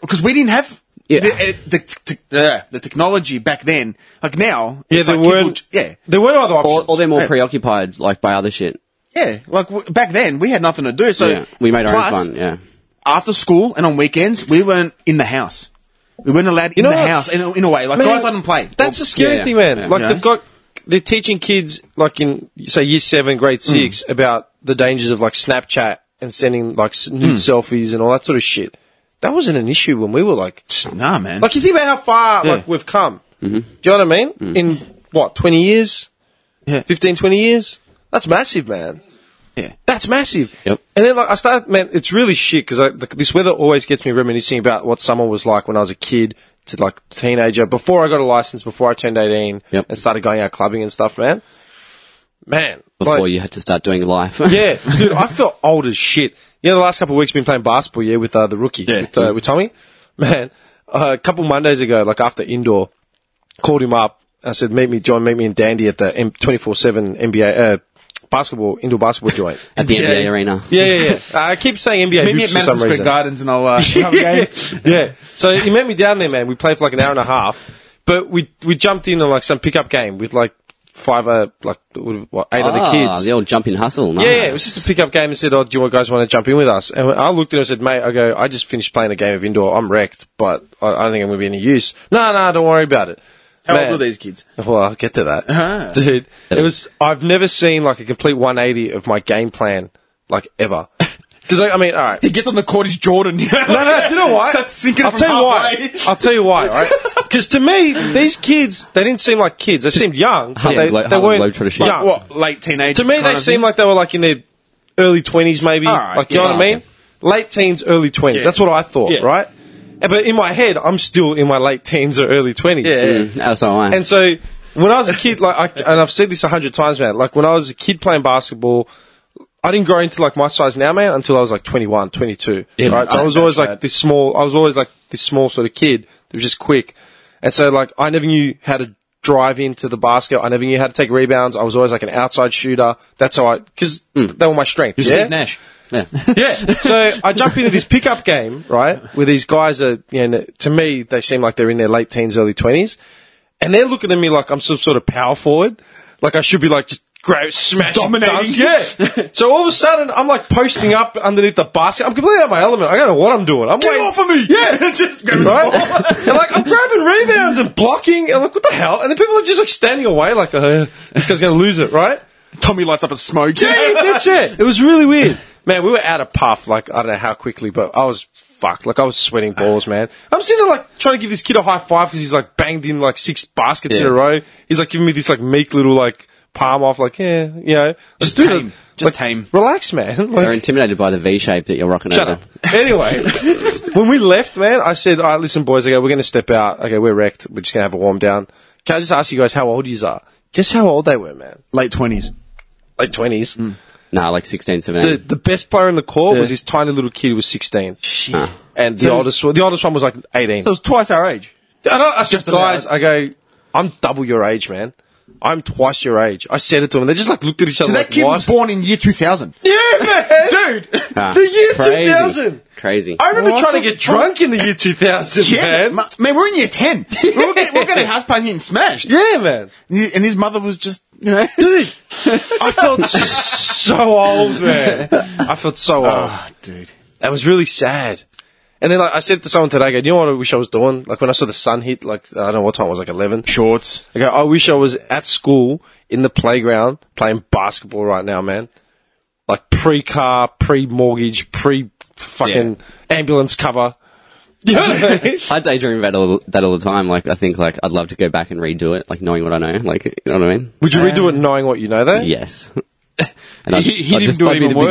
E: because we didn't have
C: Yeah.
E: the, eh, the, t- t- uh, the technology back then. Like now,
D: Yeah,
E: it's
D: there
E: like kids
D: weren't.
E: will j- yeah,
D: there weren't other options.
C: or, or they're more
E: Yeah.
C: preoccupied, like by other shit.
E: yeah. Like w- back then, we had nothing to do, so
C: yeah, we made our
E: plus,
C: own fun. Yeah,
E: After school and on weekends, we weren't in the house. We weren't allowed in
D: know
E: the
D: what?
E: house in a, in a way. Like
D: Man,
E: guys let them play.
D: That's
E: Or-
D: the scary
C: yeah,
D: thing, man.
C: yeah.
D: like
E: Yeah.
D: they've got, they're teaching kids like in say year seven,
E: Mm.
D: grade six about the dangers of like Snapchat and sending like s- nude
E: Mm.
D: selfies and all that sort of shit. That wasn't an issue when we were like,
E: nah, man.
D: like you think about how far like
E: Yeah. Mm-hmm. Mm.
D: we've come. Do you know what I mean? In what twenty years,
E: Yeah.
D: fifteen, twenty 15, 20 years. That's massive, man.
E: yeah.
D: That's massive.
C: Yep.
D: And then like I started, man, it's really shit because this weather always gets me reminiscing about what summer was like when I was a kid to like teenager before I got a license, before I turned eighteen,
C: Yep.
D: and started going out clubbing and stuff, man. Man,
C: before
D: like-
C: you had to start doing life.
D: (laughs) yeah, dude, I felt old as shit. You know, the last couple of weeks been playing basketball, yeah, with uh, the rookie, with, uh, with Tommy. man, a couple Mondays ago, like after indoor, called him up. I said, "Meet me, John. Meet me in Dandy at the twenty four seven NBA uh, basketball indoor basketball joint."
C: (laughs) (laughs) at the NBA arena.
D: Yeah, yeah, yeah. Uh, I keep saying NBA
E: Meet me at
D: hoops for
E: Madison
D: some
E: Square
D: reason.
E: Gardens and I'll uh, have a game.
D: (laughs) yeah. So he met me down there, man. We played for like an hour and a half, but we we jumped in on like some pickup game with like five, uh, like what, eight
C: Ah,
D: other kids.
C: the old jumping hustle. Nice.
D: Yeah, yeah, it was just a pickup game and said, Oh, do you guys want to jump in with us? And I looked at her and said, Mate, I go, I just finished playing a game of indoor. I'm wrecked, but I, I don't think I'm going to be any use. No, no, don't worry about it.
E: How old
D: Man.
E: were these kids?
D: Well, I'll get to that.
E: Ah.
D: Dude, it was, I've never seen like a complete 180 of my game plan, like (laughs) ever. Because, like, I mean, all right.
E: He gets on the court, he's Jordan. (laughs) no,
D: No, no, you know why?
E: Starts sinking
D: I'll
E: from
D: tell you
E: halfway.
D: why. I'll tell you why, (laughs) right? Because to me, these kids, they didn't seem like kids. They seemed young. but
C: Harlem
D: they,
C: Glo-
D: they
C: Harlem
D: weren't
C: Globetrotter shit.
D: young.
E: What, late teenage?
D: To me,
E: kind
D: they
E: of
D: seem
E: thing?
D: like they were like in their early twenties, maybe.
E: Alright,
D: like you know
E: yeah.
D: what I mean? Late teens, early twenties.
E: Yeah.
D: That's what I thought,
E: Yeah.
D: right? Eh, But in my head, I'm still in my late teens or early twenties.
E: Yeah.
C: Mm, that's all right.
D: And so when I was a kid, like, I, and I've said this a hundred times, man. Like when I was a kid playing basketball. I didn't grow into like my size now, man, until I was like 21, 22.
C: Yeah,
D: right? So I was
E: that's
D: always
E: right.
D: like this small, I was always like this small sort of kid that was just quick. And so like I never knew how to drive into the basket. I never knew how to take rebounds. I was always like an outside shooter. That's how I, cause they were my strengths.
E: Steve
D: yeah?
E: Nash.
C: yeah.
D: Yeah. So I jump into this pickup game, right? Where these guys are, you know, to me, they seem like they're in their late teens, early twenties. And they're looking at me like I'm some sort of power forward. Like I should be like just grab, smashing
E: Dominating.
D: dunks. Yeah. so all of a sudden, I'm like posting up underneath the basket. I'm completely out of my element. I don't know what I'm doing. I'm
E: Get
D: waiting-
E: off of me!
D: Yeah.
E: (laughs) Just grab the
D: Right?
E: ball.
D: and like I'm grabbing rebounds and blocking and like what the hell? And then people are just like standing away like uh, this guy's gonna lose it, right?
E: Tommy lights up a smoke.
D: Yeah,
E: (laughs)
D: that's it. It was really weird. Man, we were out of puff, like, I don't know how quickly, but I was fucked. Like, I was sweating balls, man. I'm sitting there, like, trying to give this kid a high five because he's, like, banged in, like, six baskets in
E: Yeah.
D: a row. He's, like, giving me this, like, meek little, like, palm off, like, yeah, you know. Just
E: tame. Just tame.
D: Relax, man. (laughs) Like,
C: They're intimidated by the V shape that you're rocking
D: Shut
C: over.
D: up. (laughs) Anyway, when we left, man, I said, all right, listen, boys, I go, we're going to step out. Okay, we're wrecked. We're just going to have a warm down. Can I just ask you guys how old yous are? Guess how old they were, man?
E: Late twenties.
D: Like 20s.
C: Nah, like 16,
D: the,
C: 17.
D: the best player in the court was
E: Yeah.
D: this tiny little kid who was 16.
C: Nah.
D: And the oldest one, the oldest one was like 18.
E: That was twice our age.
D: And I, I said,
E: about-
D: guys, I go, I'm double your age, man. I'm twice your age. I said it to them. They just like looked at each other
E: So
D: like,
E: that kid was
D: what?
E: born in year two thousand.
D: Yeah, man. (laughs) Dude,
C: Nah.
D: the year
C: Ah, Crazy.
D: 2000.
C: Crazy.
D: I remember
E: What
D: trying
E: the
D: to get drunk in the year 2000, man.
E: ma- man, we're in year (laughs) ten. we we're getting, we we're getting house parties getting smashed.
D: yeah, man.
E: And his- and his mother was just, you (laughs) know,
D: Dude, I
C: (laughs)
D: felt so old, man. I felt so old.
C: Ah,
E: dude.
D: That was really sad. And then like, I said to someone today, I go, do you know what I wish I was doing? Like when I saw the sun hit, like, I don't know what time it was, like 11.
E: Shorts.
D: I go, I wish I was at school in the playground playing basketball right now, man. Like pre car, pre mortgage, pre fucking ambulance
C: (laughs)
D: cover. You know what I mean?
C: I daydream about all, that all the time. Like, I think, like, I'd love to go back and redo it, like, knowing what I know. Like, you know what I mean?
D: Would you redo it knowing what you know though? (laughs)
C: Yes. And I'd,
E: He- he
C: I'd
E: didn't
C: just
E: do it
C: I'd be the
E: even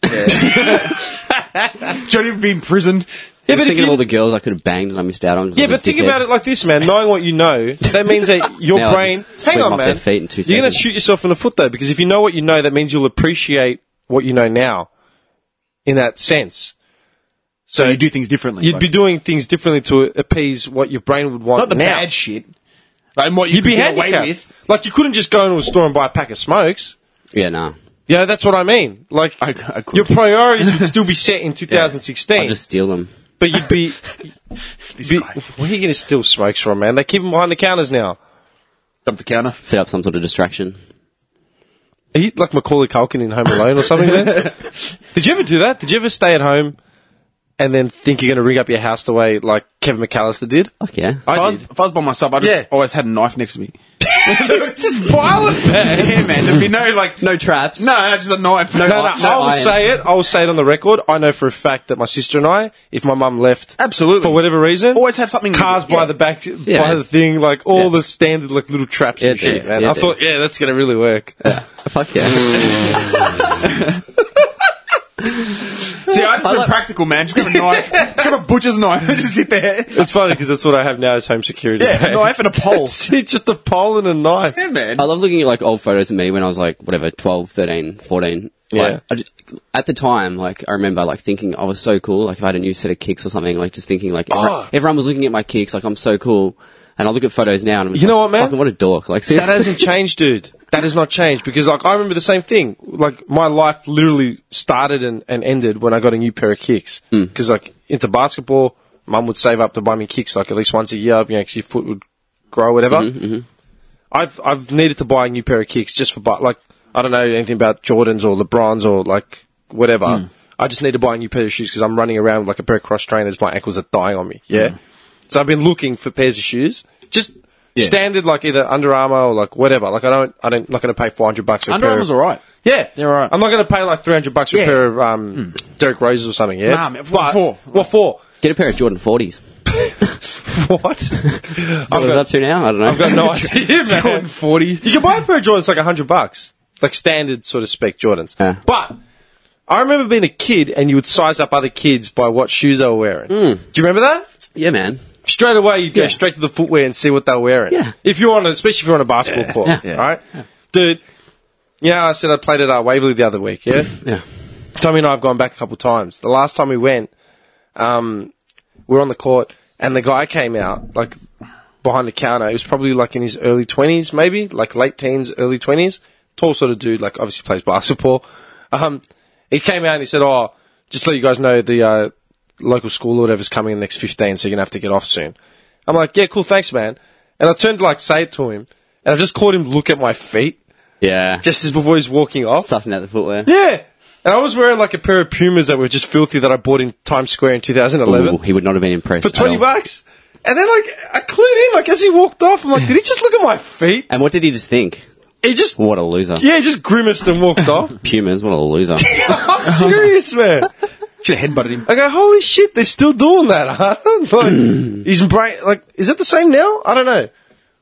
C: biggest deviant. (laughs)
E: Don't even be imprisoned.
C: I was
D: but if
C: thinking of
D: you-
C: all the girls I could have banged and I missed out on. 'cause I
D: Yeah,
C: was a
D: but think
C: dickhead.
D: about it like this, man. Knowing what you know, that means
C: (laughs)
D: that your
C: Now I
D: brain.
C: just
D: Hang
C: swim
D: on,
C: off
D: man.
C: their feet in two
D: You're going to
C: seconds.
D: shoot yourself in the foot, though, because if you know what you know, that means you'll appreciate what you know now in that sense.
E: So you do things differently.
D: You'd
E: like-
D: be doing things differently to appease what your brain would want
E: not the
D: now.
E: bad shit. Like what you
D: You'd
E: could
D: be
E: get away
D: handicapped.
E: with.
D: Like, you couldn't just go into a store and buy a pack of smokes.
C: Yeah, nah.
D: You know, that's what I mean. Like,
E: I- I could.
D: your
E: (laughs)
D: priorities would still be set in 2016.
C: I'd just steal them.
D: But you'd be.
E: (laughs)
D: be
E: guy.
D: where are you going to steal smokes from, man? They keep them behind the counters now.
E: Dump the counter.
C: Set up some sort of distraction.
D: Are you like Macaulay Culkin in Home Alone or something? man? (laughs) Did you ever do that? Did you ever stay at home and then think you're going to rig up your house the way like Kevin McAllister did?
C: Fuck yeah.
E: if, I was,
D: did.
E: if I was by myself, I just
D: Yeah.
E: always had a knife next to (laughs) me.
D: Just violent.
E: yeah, man. There'd be no like
C: No traps.
E: no, no, just a knife.
D: No, no, I will
C: iron.
D: say it. I will say it on the record. I know for a fact that my sister and I, if my mum left
E: Absolutely.
D: for whatever reason,
E: Always have something-
D: Cars by
E: yeah.
D: the back, by the thing, like all the standard like little traps and
C: Yeah,
D: shit.
C: dude.
D: man,
C: Yeah,
D: I
C: dude.
D: thought, yeah, that's gonna really work.
C: Mm. Fuck yeah.
E: See, Yeah, I just went practical, man. Just grab a (laughs) knife, grab a butcher's knife, and (laughs) just sit there.
D: It's funny because that's what I have now as home security.
E: Yeah, a knife
D: (laughs)
E: and a pole.
D: it's just a pole and a knife.
E: Yeah, man.
C: I love looking at like old photos of me when I was like whatever 12, 13, 14.
D: Yeah.
C: Like, I just, at the time, like I remember like thinking I was so cool. Like if I had a new set of kicks or something, like just thinking like every-
D: Oh.
C: everyone was looking at my kicks, like I'm so cool. And I look at photos now and I'm just
D: You know
C: like,
D: what, man?
C: Fucking what a dork! Like seriously,
D: That hasn't changed, dude. That has not changed because, like, I remember the same thing. Like, my life literally started and, and ended when I got a new pair of kicks. Because, like, into basketball, mum would save up to buy me kicks, like, at least once a year, you know, 'cause your foot would grow, whatever. I've, I've needed to buy a new pair of kicks just for, but like, I don't know anything about Jordans or LeBrons or, like, whatever.
E: Hmm.
D: I just need to buy a new pair of shoes because I'm running around with, like, a pair of cross trainers. My ankles are dying on me. Yeah.
E: Hmm.
D: So I've been looking for pairs of shoes. Just standard, like either Under Armour or like whatever. Like I don't, I don't, not going to pay four hundred bucks. for
E: (laughs)
D: a
E: Under
D: pair
E: Armour's
D: of-
E: alright.
D: Yeah,
E: They're alright.
D: I'm not going to pay like three hundred bucks for
E: Yeah. Hmm.
D: a pair of um, Derek Roses or something. Yeah,
E: Nah, man, for-
D: But-
E: for-
D: What
E: (laughs)
D: for?
C: (laughs) get a pair of Jordan
D: (laughs)
C: 40s.
D: What? I've,
C: What was
D: got,
C: up to now? I don't know.
D: I've got (laughs) no idea, man.
E: Jordan 40.
D: You can buy a pair of Jordans like hundred bucks, like standard sort of spec Jordans.
C: Yeah.
D: But I remember being a kid and you would size up other kids by what shoes they were wearing. Do you remember that?
C: (laughs) yeah, man.
D: straight away you would
C: Yeah.
D: go straight to the footwear and see what they're wearing.
C: Yeah.
D: If you're on, a, especially if you're on a basketball court,
C: Yeah.
E: Yeah.
D: right, dude. Yeah, I said I played at uh, Waverley the other week. Yeah,
C: Yeah.
D: Tommy and I have gone back a couple times. The last time we went, um, we were on the court and the guy came out like behind the counter. He was probably like in his early twenties, maybe like late teens, early twenties. Tall sort of dude, like obviously plays basketball. Um, he came out and he said, "Oh, just to let you guys know the uh, local school or whatever's coming in the next fifteen, so you're gonna have to get off soon." I'm like, "Yeah, cool, thanks, man." And I turned to like say it to him, and I just caught him look at my feet
C: Yeah. Just
D: just as before he's walking off.
C: (laughs) sussing out the footwear.
D: Yeah. And I was wearing like a pair of Pumas that were just filthy that I bought in Times Square in 2011
C: Ooh, he would not have been impressed
D: for
C: at
D: 20
C: all.
D: bucks. And then like I clued in like as he walked off, I'm like, did he just look at my feet?
C: And what did he just think?
D: He just
C: What a loser.
D: yeah, he just grimaced and
E: (laughs)
D: walked off.
C: Pumas, what a
D: (laughs)
C: loser.
D: I'm serious, man.
E: Should have headbutted him.
D: I go, holy shit, they're still doing that, (laughs) huh?
E: (clears throat)
D: like, he's brain, like, is it the same now? I don't know.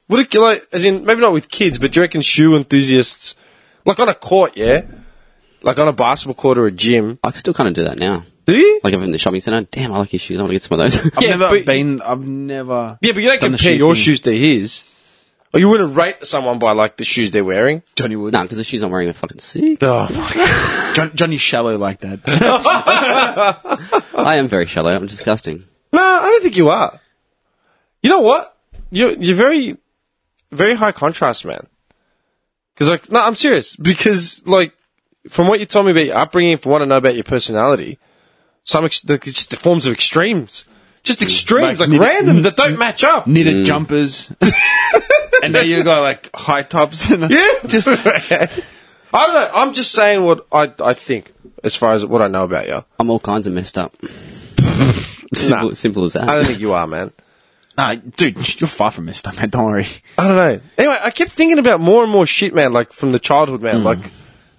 D: Would it, like, as in, maybe not with kids, but do you reckon shoe enthusiasts, like on a court, yeah? Like on a basketball court or a gym,
C: I still kind of do that now.
D: do you?
C: Like if I'm in the shopping centre, damn, I like your shoes. I want to get some of those. (laughs)
E: I've
D: Yeah,
E: never
D: but-
E: been. I've never.
D: Yeah, but you don't
E: done the
D: compare
E: shoe
D: your
E: thing.
D: shoes to his. Or you wouldn't rate someone by like the shoes they're wearing.
E: (laughs) Johnny Wood.
C: no, because the shoes I'm wearing are fucking sick.
E: John, Johnny Shallow like that.
C: I am very shallow. I'm disgusting.
D: No, I don't think you are. You know what? You're you're very, very high contrast, man. Because like, no, I'm serious. Because like, from what you told me about your upbringing, from what I know about your personality, some ex- like, it's the forms of extremes, just extremes, like,
E: Like,
D: randoms that don't match up.
E: Knitted jumpers. (laughs) and now you got like high tops and
D: Yeah.
E: (laughs) just
D: (laughs) I don't know. I'm just saying what I I think as far as what I know about you.
C: I'm all kinds of
E: (laughs)
C: messed up. simple, simple as that.
D: I don't think you are, man.
E: nah, dude, you're far from messed up, man. Don't worry.
D: I don't know. Anyway, I kept thinking about more and more shit, man, like from the childhood, man,
E: Hmm.
D: like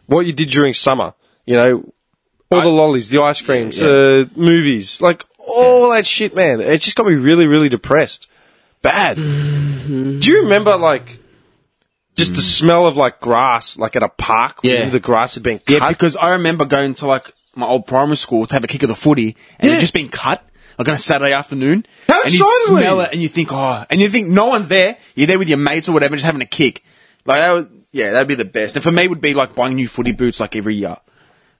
D: what you did during summer, you know, all the lollies, the ice creams, uh, movies, like all that shit, man. It just got me really, really depressed. Bad. Do you remember, like, just the smell of, like, grass, like at a park where
E: Yeah.
D: you knew the grass had been cut?
E: Yeah, because I remember going to like my old primary school to have a kick of the footy, and
D: Yeah.
E: it just been cut. Like on a Saturday afternoon,
D: How
E: and you
D: excited were
E: smell
D: you?
E: it, and you think, oh, and you think no one's there. You're there with your mates or whatever, just having a kick. Like that was, yeah, that'd be the best. And for me, it would be like buying new footy boots like every year.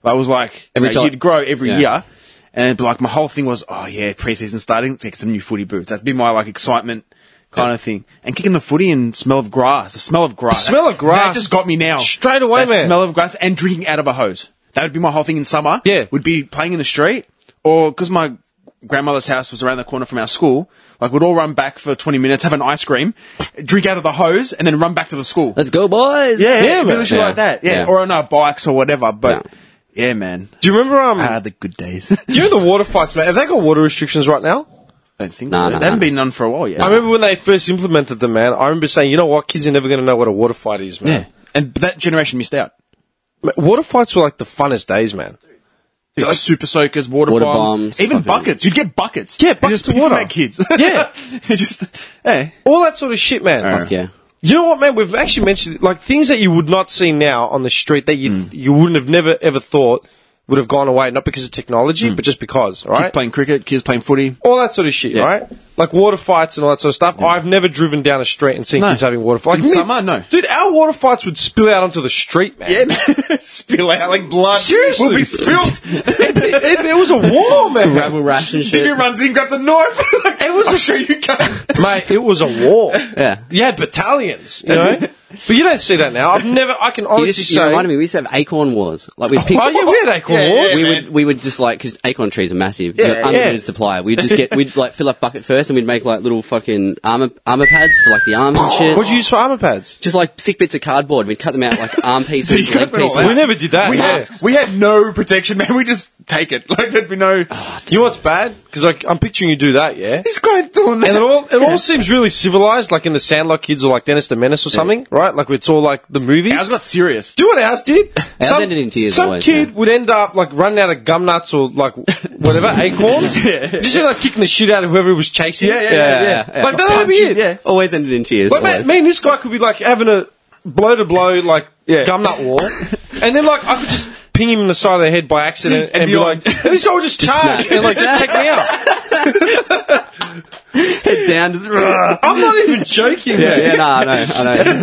E: I was like, every
C: Every
E: you know,
C: time-
E: you'd grow every
C: Yeah.
E: year, and it'd be like my whole thing was, oh yeah, preseason starting, let's get some new footy boots. That'd be my like excitement kind of thing. And kicking the footy and smell of grass, the smell of grass,
D: smell of grass.
E: that just got me now
D: Straight away,
E: That
D: man.
E: smell of grass and drinking out of a hose. That would be my whole thing in summer.
D: Yeah.
E: Would be playing in the street or because my grandmother's house was around the corner from our school, like we'd all run back for 20 minutes, have an ice cream, drink out of the hose and then run back to the school.
C: Let's go, boys.
E: yeah, yeah,
D: man.
E: literally
C: Yeah.
E: like that. Yeah.
C: Yeah.
E: Or on our bikes or whatever. But
C: Yeah.
E: yeah, man.
D: Do you remember, um,
E: I had the good days. (laughs) I
D: do you know the water fights, man? Have they got water restrictions right now?
E: don't think
C: Nah,
E: so.
C: nah,
E: There haven't
C: nah.
E: been none for a while yet.
D: I remember when they first implemented them, man. I remember saying, you know what, kids are never going to know what a water fight is, man.
E: Yeah. And but that generation missed out.
D: Ma- Water fights were like the funnest days, man.
E: Like super soakers, water,
C: Water
E: bombs,
C: bombs,
E: even
C: fucking-
E: buckets. You'd get buckets.
D: Yeah,
E: And
D: buckets
E: just
D: of
E: piss
D: water.
E: at kids. (laughs)
D: Yeah.
E: It just, hey,
D: All that sort of shit, man.
E: Yeah.
C: Fuck yeah.
D: You know what, man? We've
E: Mm.
D: actually mentioned like things that you would not see now on the street that you you wouldn't have never ever thought would have gone away, not because of technology,
E: Mm.
D: but just because, right?
E: Kids playing cricket, kids playing footy.
D: all that sort of shit, right? Like water fights and all that sort of stuff. I've never driven down a street and seen
E: No.
D: kids having water fights.
E: In
D: Like,
E: summer, no.
D: Dude, our water fights would spill out onto the street, man.
E: (laughs) spill out like blood.
D: Seriously.
E: will be spilled.
D: (laughs) it, it- it was a war, man.
C: Gravel rash and
E: He
C: shit.
E: runs in, grabs a knife. (laughs)
D: It was
E: I'm
D: a-
E: sure you (laughs) can.
D: Mate, it was a war.
C: (laughs) Yeah.
D: You had battalions, you know? but you don't see that now. I've never, I can
C: You
D: honestly
C: just you
D: say.
C: reminded me. We used to have acorn wars. Like
E: (laughs)
C: we pick.
D: Oh, yeah, we had acorn
E: Yeah,
D: wars.
E: yeah,
C: we
E: yeah.
C: would we would just like because acorn trees are massive,
E: Yeah,
C: you know,
E: yeah.
C: unlimited supply. We'd just get we'd like fill up bucket first, and we'd make like little fucking armor armor pads for like the arms
E: (laughs)
C: and shit.
D: What'd you use for
C: (laughs)
D: armor pads?
C: just like thick bits of cardboard. We'd cut them out
E: (laughs)
C: like arm pieces,
E: cut
C: leg
E: them all
C: pieces.
E: out.
D: We never did that.
E: We,
D: yeah.
E: had, we had no protection, man. We just take it. (laughs) Like, there'd be no.
D: You know what's bad? Because like, I'm picturing you do that, yeah?
E: This guy doing that.
D: And it all it all seems really civilized, like in the Sandlot Kids or like Dennis the Menace or something, right? Like it's all like the movies.
E: Ours got serious.
D: Do what ours did.
C: (laughs) Ours ended in tears
D: Some
C: always,
D: kid
C: yeah.
D: would end up like running out of gum nuts or like
C: (laughs)
D: whatever acorns. Just end up kicking the shit out of whoever he was chasing.
E: Yeah, yeah, yeah, yeah.
C: yeah.
D: Like that'd be it.
E: Yeah.
C: Always ended in tears.
D: But man,
C: always.
D: me and this guy could be like having a blow to blow like
E: Yeah.
D: gum nut war, and then like I could just ping him in the side of the head by accident and,
E: And
D: be
E: you're-
D: like, and this guy would just charge
C: snap.
D: and like take me out.
C: head down. Just,
D: (laughs)
C: yeah,
D: I'm not even joking. man.
C: yeah, no, I know, I know.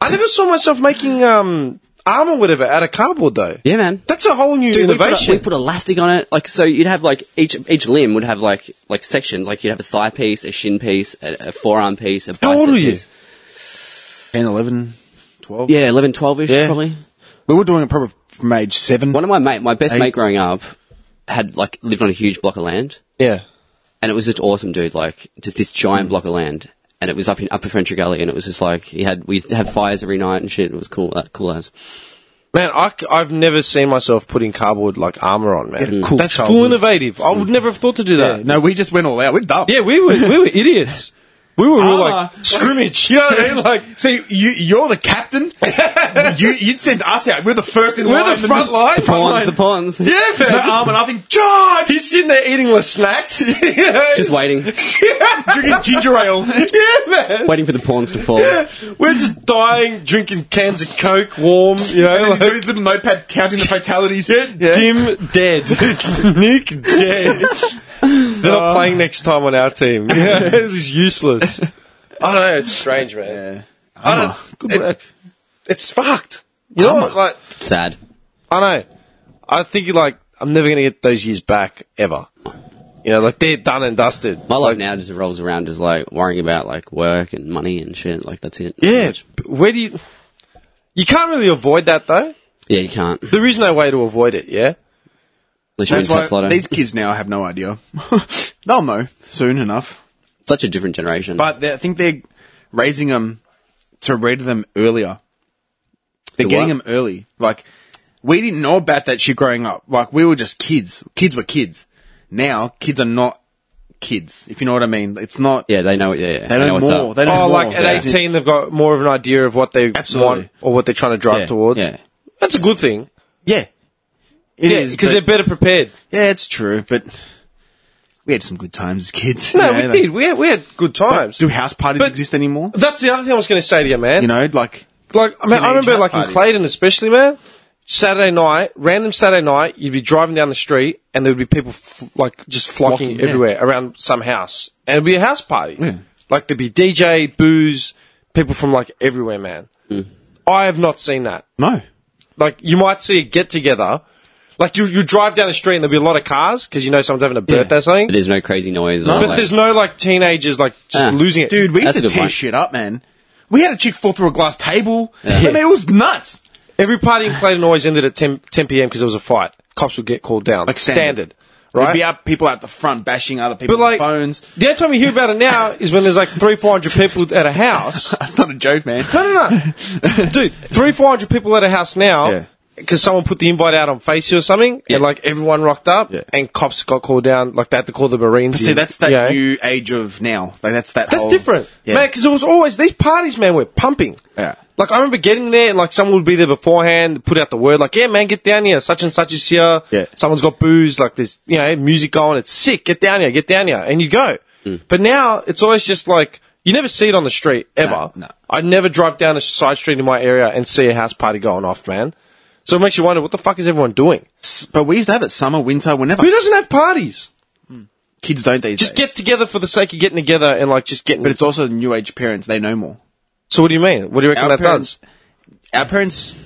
D: I never saw myself making um, arm or whatever out of cardboard though.
C: (laughs) Yeah, man.
D: That's a whole new
C: Dude, we put, a-
D: innovation.
C: we put elastic on it, like so. You'd have like each each limb would have like like sections. Like you'd have a thigh piece, a shin piece, a, a forearm piece, a bicep
D: How old were you?
C: piece.
E: 10, 11, 12.
C: Yeah, 11, 12 ish
E: Yeah.
C: probably.
E: We were doing it probably from age seven.
C: One of my mate, my best
E: Eight.
C: mate growing up, had like lived on a huge block of land,
D: yeah.
C: and it was just awesome, dude. Like just this giant block of land, and it was up in Upper French Gully, and it was just like he had we used to have fires every night and shit. It was cool, uh, cool as.
D: Man, I, have never seen myself putting cardboard like armor on, man.
E: Yeah, cool
D: That's
E: childhood.
D: full innovative. I would never have thought to do
E: Yeah,
D: that.
E: no, we just went all out. We're dumb.
D: Yeah, we were we were idiots. We were real,
E: Ah.
D: like (laughs) scrimmage. You know what
E: (laughs)
D: I mean? Like
E: See, you, you're the captain. (laughs) you, you'd send us out. We're the first in line.
D: we're the
E: (laughs)
D: front line.
C: The pawns, the pawns.
D: Yeah, man.
E: No
D: just-
E: arm and I think, John!
D: he's sitting there eating the snacks. (laughs) you know?
C: Just waiting, (laughs)
E: Drinking ginger
D: (laughs)
E: ale.
D: Yeah, man.
C: waiting for the pawns to fall.
D: We're just dying, drinking cans of Coke, warm. You know,
E: And he's
D: like, (laughs)
E: got his little notepad counting (laughs) the fatalities.
D: Jim dead. (laughs) Nick dead. (laughs) Ah. They're not playing next time on our team. (laughs) Yeah, it is (laughs) useless. I don't know. It's strange, man. I don't.
E: Good work.
D: It's fucked. You know, what, like
C: Sad.
D: I know. I think like I'm never gonna get those years back ever. You know, like they're done and dusted.
C: My life
D: like,
C: now just revolves around just like worrying about like work and money and shit. Like that's it.
D: Yeah. but Where do you? You can't really avoid that though.
C: Yeah, you can't.
D: There is no way to avoid it. Yeah.
C: Unless you're in
E: That's
C: touch
E: why
C: lotto.
E: these kids now have no idea. (laughs) They'll know soon enough.
C: Such a different generation.
E: But they, I think they're raising them to read them earlier. They're
C: To
E: getting
C: what?
E: them early. Like, we didn't know about that shit growing up. Like, we were just kids. Kids were kids. Now, kids are not kids, if you know what I mean. It's not.
C: yeah, they know. Yeah, yeah.
E: They know
C: what's
E: more.
C: up.
E: They know more.
D: Oh, like at
E: Yeah.
D: 18, they've got more of an idea of what they
E: Absolutely.
D: want or what they're trying to drive
E: Yeah,
D: towards.
E: yeah.
D: That's a good thing.
E: Yeah. it
D: Yeah,
E: is
D: because
E: but-
D: they're better prepared.
E: Yeah, it's true, but we had some good times as kids.
D: No,
E: You know,
D: we
E: like-
D: did. We had, we had good times.
E: Do house parties
D: But-
E: exist anymore?
D: That's the other thing I was going to say to you, man.
E: You know, like
D: Like, I, mean, I
E: Teenage
D: remember,
E: house
D: like, in
E: parties.
D: Clayton especially, man, Saturday night, random Saturday night, you'd be driving down the street and there would be people, f- like, just flocking
E: Flocking, yeah.
D: everywhere around some house. And it'd be a house party.
E: Yeah.
D: Like, there'd be DJ, booze, people from, like, everywhere, man.
E: Mm.
D: I have not seen that.
E: no,
D: Like, you might see a get-together. Like, you, you drive down the street and there'll be a lot of cars because you know someone's having a birthday or something.
C: But there's no crazy noise. or,
D: But
C: like-
D: there's no, like, teenagers, like, just
C: Ah.
D: losing it.
E: dude, we used
C: That's a
E: to
C: good
E: tear
C: point.
E: shit up, man. We had a chick fall through a glass table. I mean, it was nuts.
D: Every party in Clayton always ended at 10, 10 p.m. because there was a fight. Cops would get called down.
E: Like
D: standard.
E: standard.
D: right?
E: There'd be out, people out the front bashing other people
D: but like,
E: with phones.
D: the only time you hear about it now is when there's like three, four hundred people at
E: (laughs)
D: a house.
E: That's not a joke,
D: (laughs)
E: man.
D: No, no, no, dude, three, four hundred people at a house now
E: Yeah.
D: because someone put the invite out on Facey or something, and like everyone rocked up,
E: Yeah.
D: and cops got called down. Like they had to call the Marines.
E: See,
D: in,
E: that's that
D: you know?
E: new age of now. Like that's that.
D: That's
E: whole-
D: different, Man,
E: Oh, Yeah.
D: 'cause man. Because it was always these parties, man, were pumping.
E: Yeah.
D: Like I remember getting there, and like someone would be there beforehand, put out the word, like, "Yeah, man, get down here. Such and such is here.
E: Yeah.
D: Someone's got booze. Like there's, you know, music on. It's sick. Get down here. Get down here." And you go.
E: Hmm.
D: But now it's always just like you never see it on the street ever.
E: no.
D: I never drive down a side street in my area and see a house party going off, man. So it makes you wonder what the fuck is everyone doing?
E: S- But we used to have it summer, winter, whenever.
D: Who doesn't have parties?
E: Kids don't these
D: Just
E: days.
D: get together for the sake of getting together and like just getting.
E: But it's also the new age parents. They know more.
D: so what do you mean? What do you reckon
E: Our
D: that
E: parents-
D: does?
E: Our parents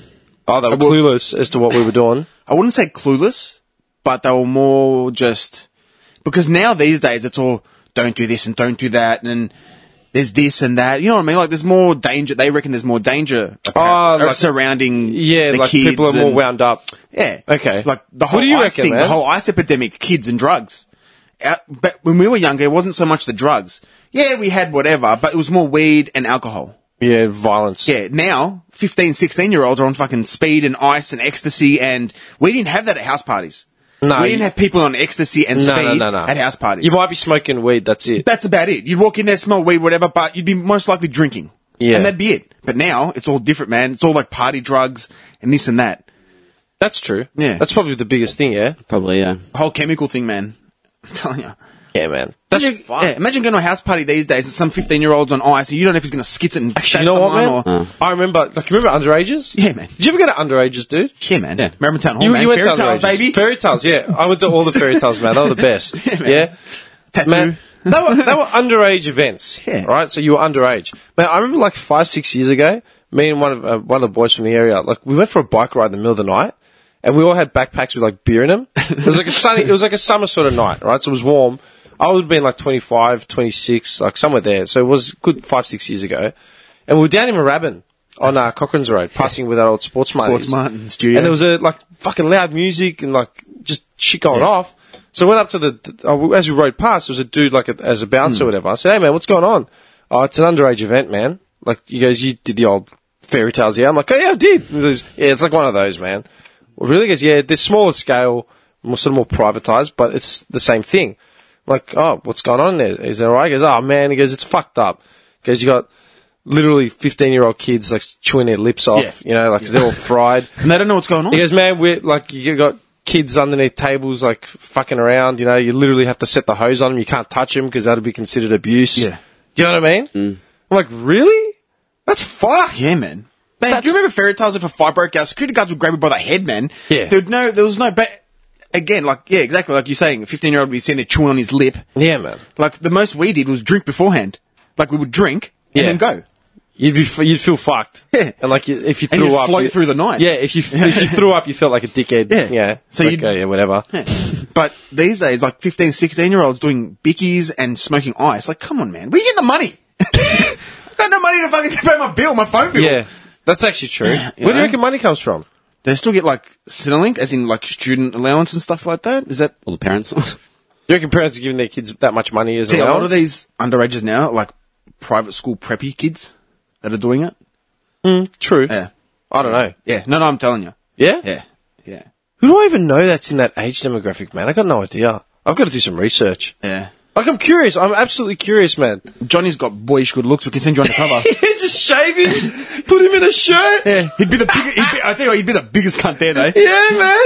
D: Oh, they were
E: Well-
D: clueless as to what we were doing.
E: I wouldn't say clueless, but they were more just because now these days it's all don't do this and don't do that and there's this and that. You know what I mean? Like there's more danger. They reckon there's more danger apparent-
D: Oh, like-
E: surrounding
D: Yeah,
E: the
D: like
E: kids
D: people are more
E: and-
D: wound up.
E: Yeah.
D: Okay.
E: Like the
D: What
E: whole
D: do you
E: ice
D: reckon,
E: thing, the
D: man?
E: whole ice epidemic, kids and drugs. Out, but when we were younger, it wasn't so much the drugs. Yeah, we had whatever, but it was more weed and alcohol.
D: Yeah, violence.
E: Yeah, now 15, 16 year olds are on fucking speed and ice and ecstasy, and we didn't have that at house parties.
D: No,
E: we didn't
D: you-
E: have people on ecstasy and
D: No,
E: speed
D: no, no, no.
E: at house parties.
D: You might be smoking weed. That's it.
E: That's about it. You'd walk in there, smell weed, whatever, but you'd be most likely drinking.
D: Yeah.
E: and that'd be it. But now it's all different, man. It's all like party drugs and this and that.
D: That's true.
E: Yeah.
D: That's probably the biggest thing. Yeah.
C: Probably, yeah.
E: The whole chemical thing, man. I'm telling you.
D: Yeah, man. That's
E: Imagine,
D: fun.
E: yeah, imagine going to a house party these days and some 15 year olds on ice and you don't know if he's going to skit it and stab
D: you know what, man?
E: someone or.
D: I remember, like, you remember underages?
E: Yeah, man.
D: Did you ever go to underages, dude?
E: Yeah, man.
C: Yeah.
E: Merrimah Town Hall,
D: you,
E: man.
D: you went
E: Fairy
D: to
E: tales,
D: underages.
E: baby.
D: Fairy tales, yeah. I went to all the fairy tales, man. They were
E: (laughs)
D: the best.
E: Yeah,
D: yeah,
E: man. Tattoo.
D: man. They
E: (laughs)
D: were, they were underage events,
E: Yeah.
D: right? So you were underage. Man, I remember like five, six years ago, me and one of uh, one of the boys from the area, like we went for a bike ride in the middle of the night, and we all had backpacks with like beer in them. It was like a sunny, it was like a summer sort of night, right? So it was warm. I would have been like 25, 26, like somewhere there. So it was a good five, six years ago, and we were down in Moorabbin on uh, Cochrane's Road, passing with our old sports
E: Sports
D: Martins.
E: Mart and studio.
D: And there was a like fucking loud music and like just shit going off. So I went up to the, the- uh, as we rode past, there was a dude like a, as a
E: Hmm.
D: bouncer or whatever. I said, "Hey man, what's going on?" Oh, it's an underage event, man. Like you guys, you did the old fairy tales, yeah. I'm like, oh yeah, I did. And he goes, yeah, it's like one of those, man. Well, really? He Goes, yeah, they're smaller scale, more sort of more privatized, but it's the same thing. I'm like, oh, what's going on there? Is that right? He goes, oh man. He goes, it's fucked up. He goes, you got literally 15 year old kids like chewing their lips off,
E: Yeah.
D: you know, like 'cause they're
E: (laughs)
D: all fried.
E: and they don't know what's going on.
D: He goes, man, we're like you got kids underneath tables like fucking around. You know, you literally have to set the hose on them. You can't touch them because that'd be considered abuse.
E: Yeah.
D: do you know what I mean? Mm. I'm like, really? That's fuck.
E: Yeah, man. Man, do you remember fairy tales if a fight broke out? Security guards would grab me by the head, man.
D: Yeah.
E: There'd no, there was no, but again, like, yeah, exactly. Like you're saying, a 15 year old would be sitting there chewing on his lip.
D: Yeah, man.
E: Like, the most we did was drink beforehand. Like, we would drink and
D: Yeah.
E: then go.
D: You'd be, f- you'd feel fucked.
E: (laughs) Yeah.
D: And like, you, if you
E: And
D: threw
E: you'd
D: up,
E: float
D: you-
E: through the night.
D: Yeah. If you if you threw up, you felt like a dickhead.
E: Yeah.
D: Yeah.
E: So
D: So like,
E: you'd-
D: oh, yeah, whatever.
E: But these days, like 15, 16 year olds doing bickies and smoking ice. Like, come on, man. Where you get the money? (laughs) I got no money to fucking pay my bill, my phone bill.
D: Yeah. That's actually true. Where do
E: know?
D: you reckon money comes from?
E: They still get like Centrelink, as in like student allowance and stuff like that. Is that
C: All the parents. (laughs)
D: Do you reckon parents are giving their kids that much money as
E: See, a lot of
D: allowance?
E: these underages now, are, like private school preppy kids that are doing it.
D: True.
E: Yeah.
D: I don't know.
E: Yeah. No, no, I'm telling you.
D: Yeah.
E: Yeah. Yeah.
D: Who do I even know that's in that age demographic, man? I got no idea. I've got to do some research.
E: Yeah.
D: Like, I'm curious. I'm absolutely curious, man. (laughs)
E: Johnny's got boyish good looks. We can send you
C: (laughs)
E: undercover.
D: Just shave him, put him in a shirt.
E: yeah. He'd be the big, he'd be, I tell you what, he'd be the biggest cunt there, though.
D: Yeah, man.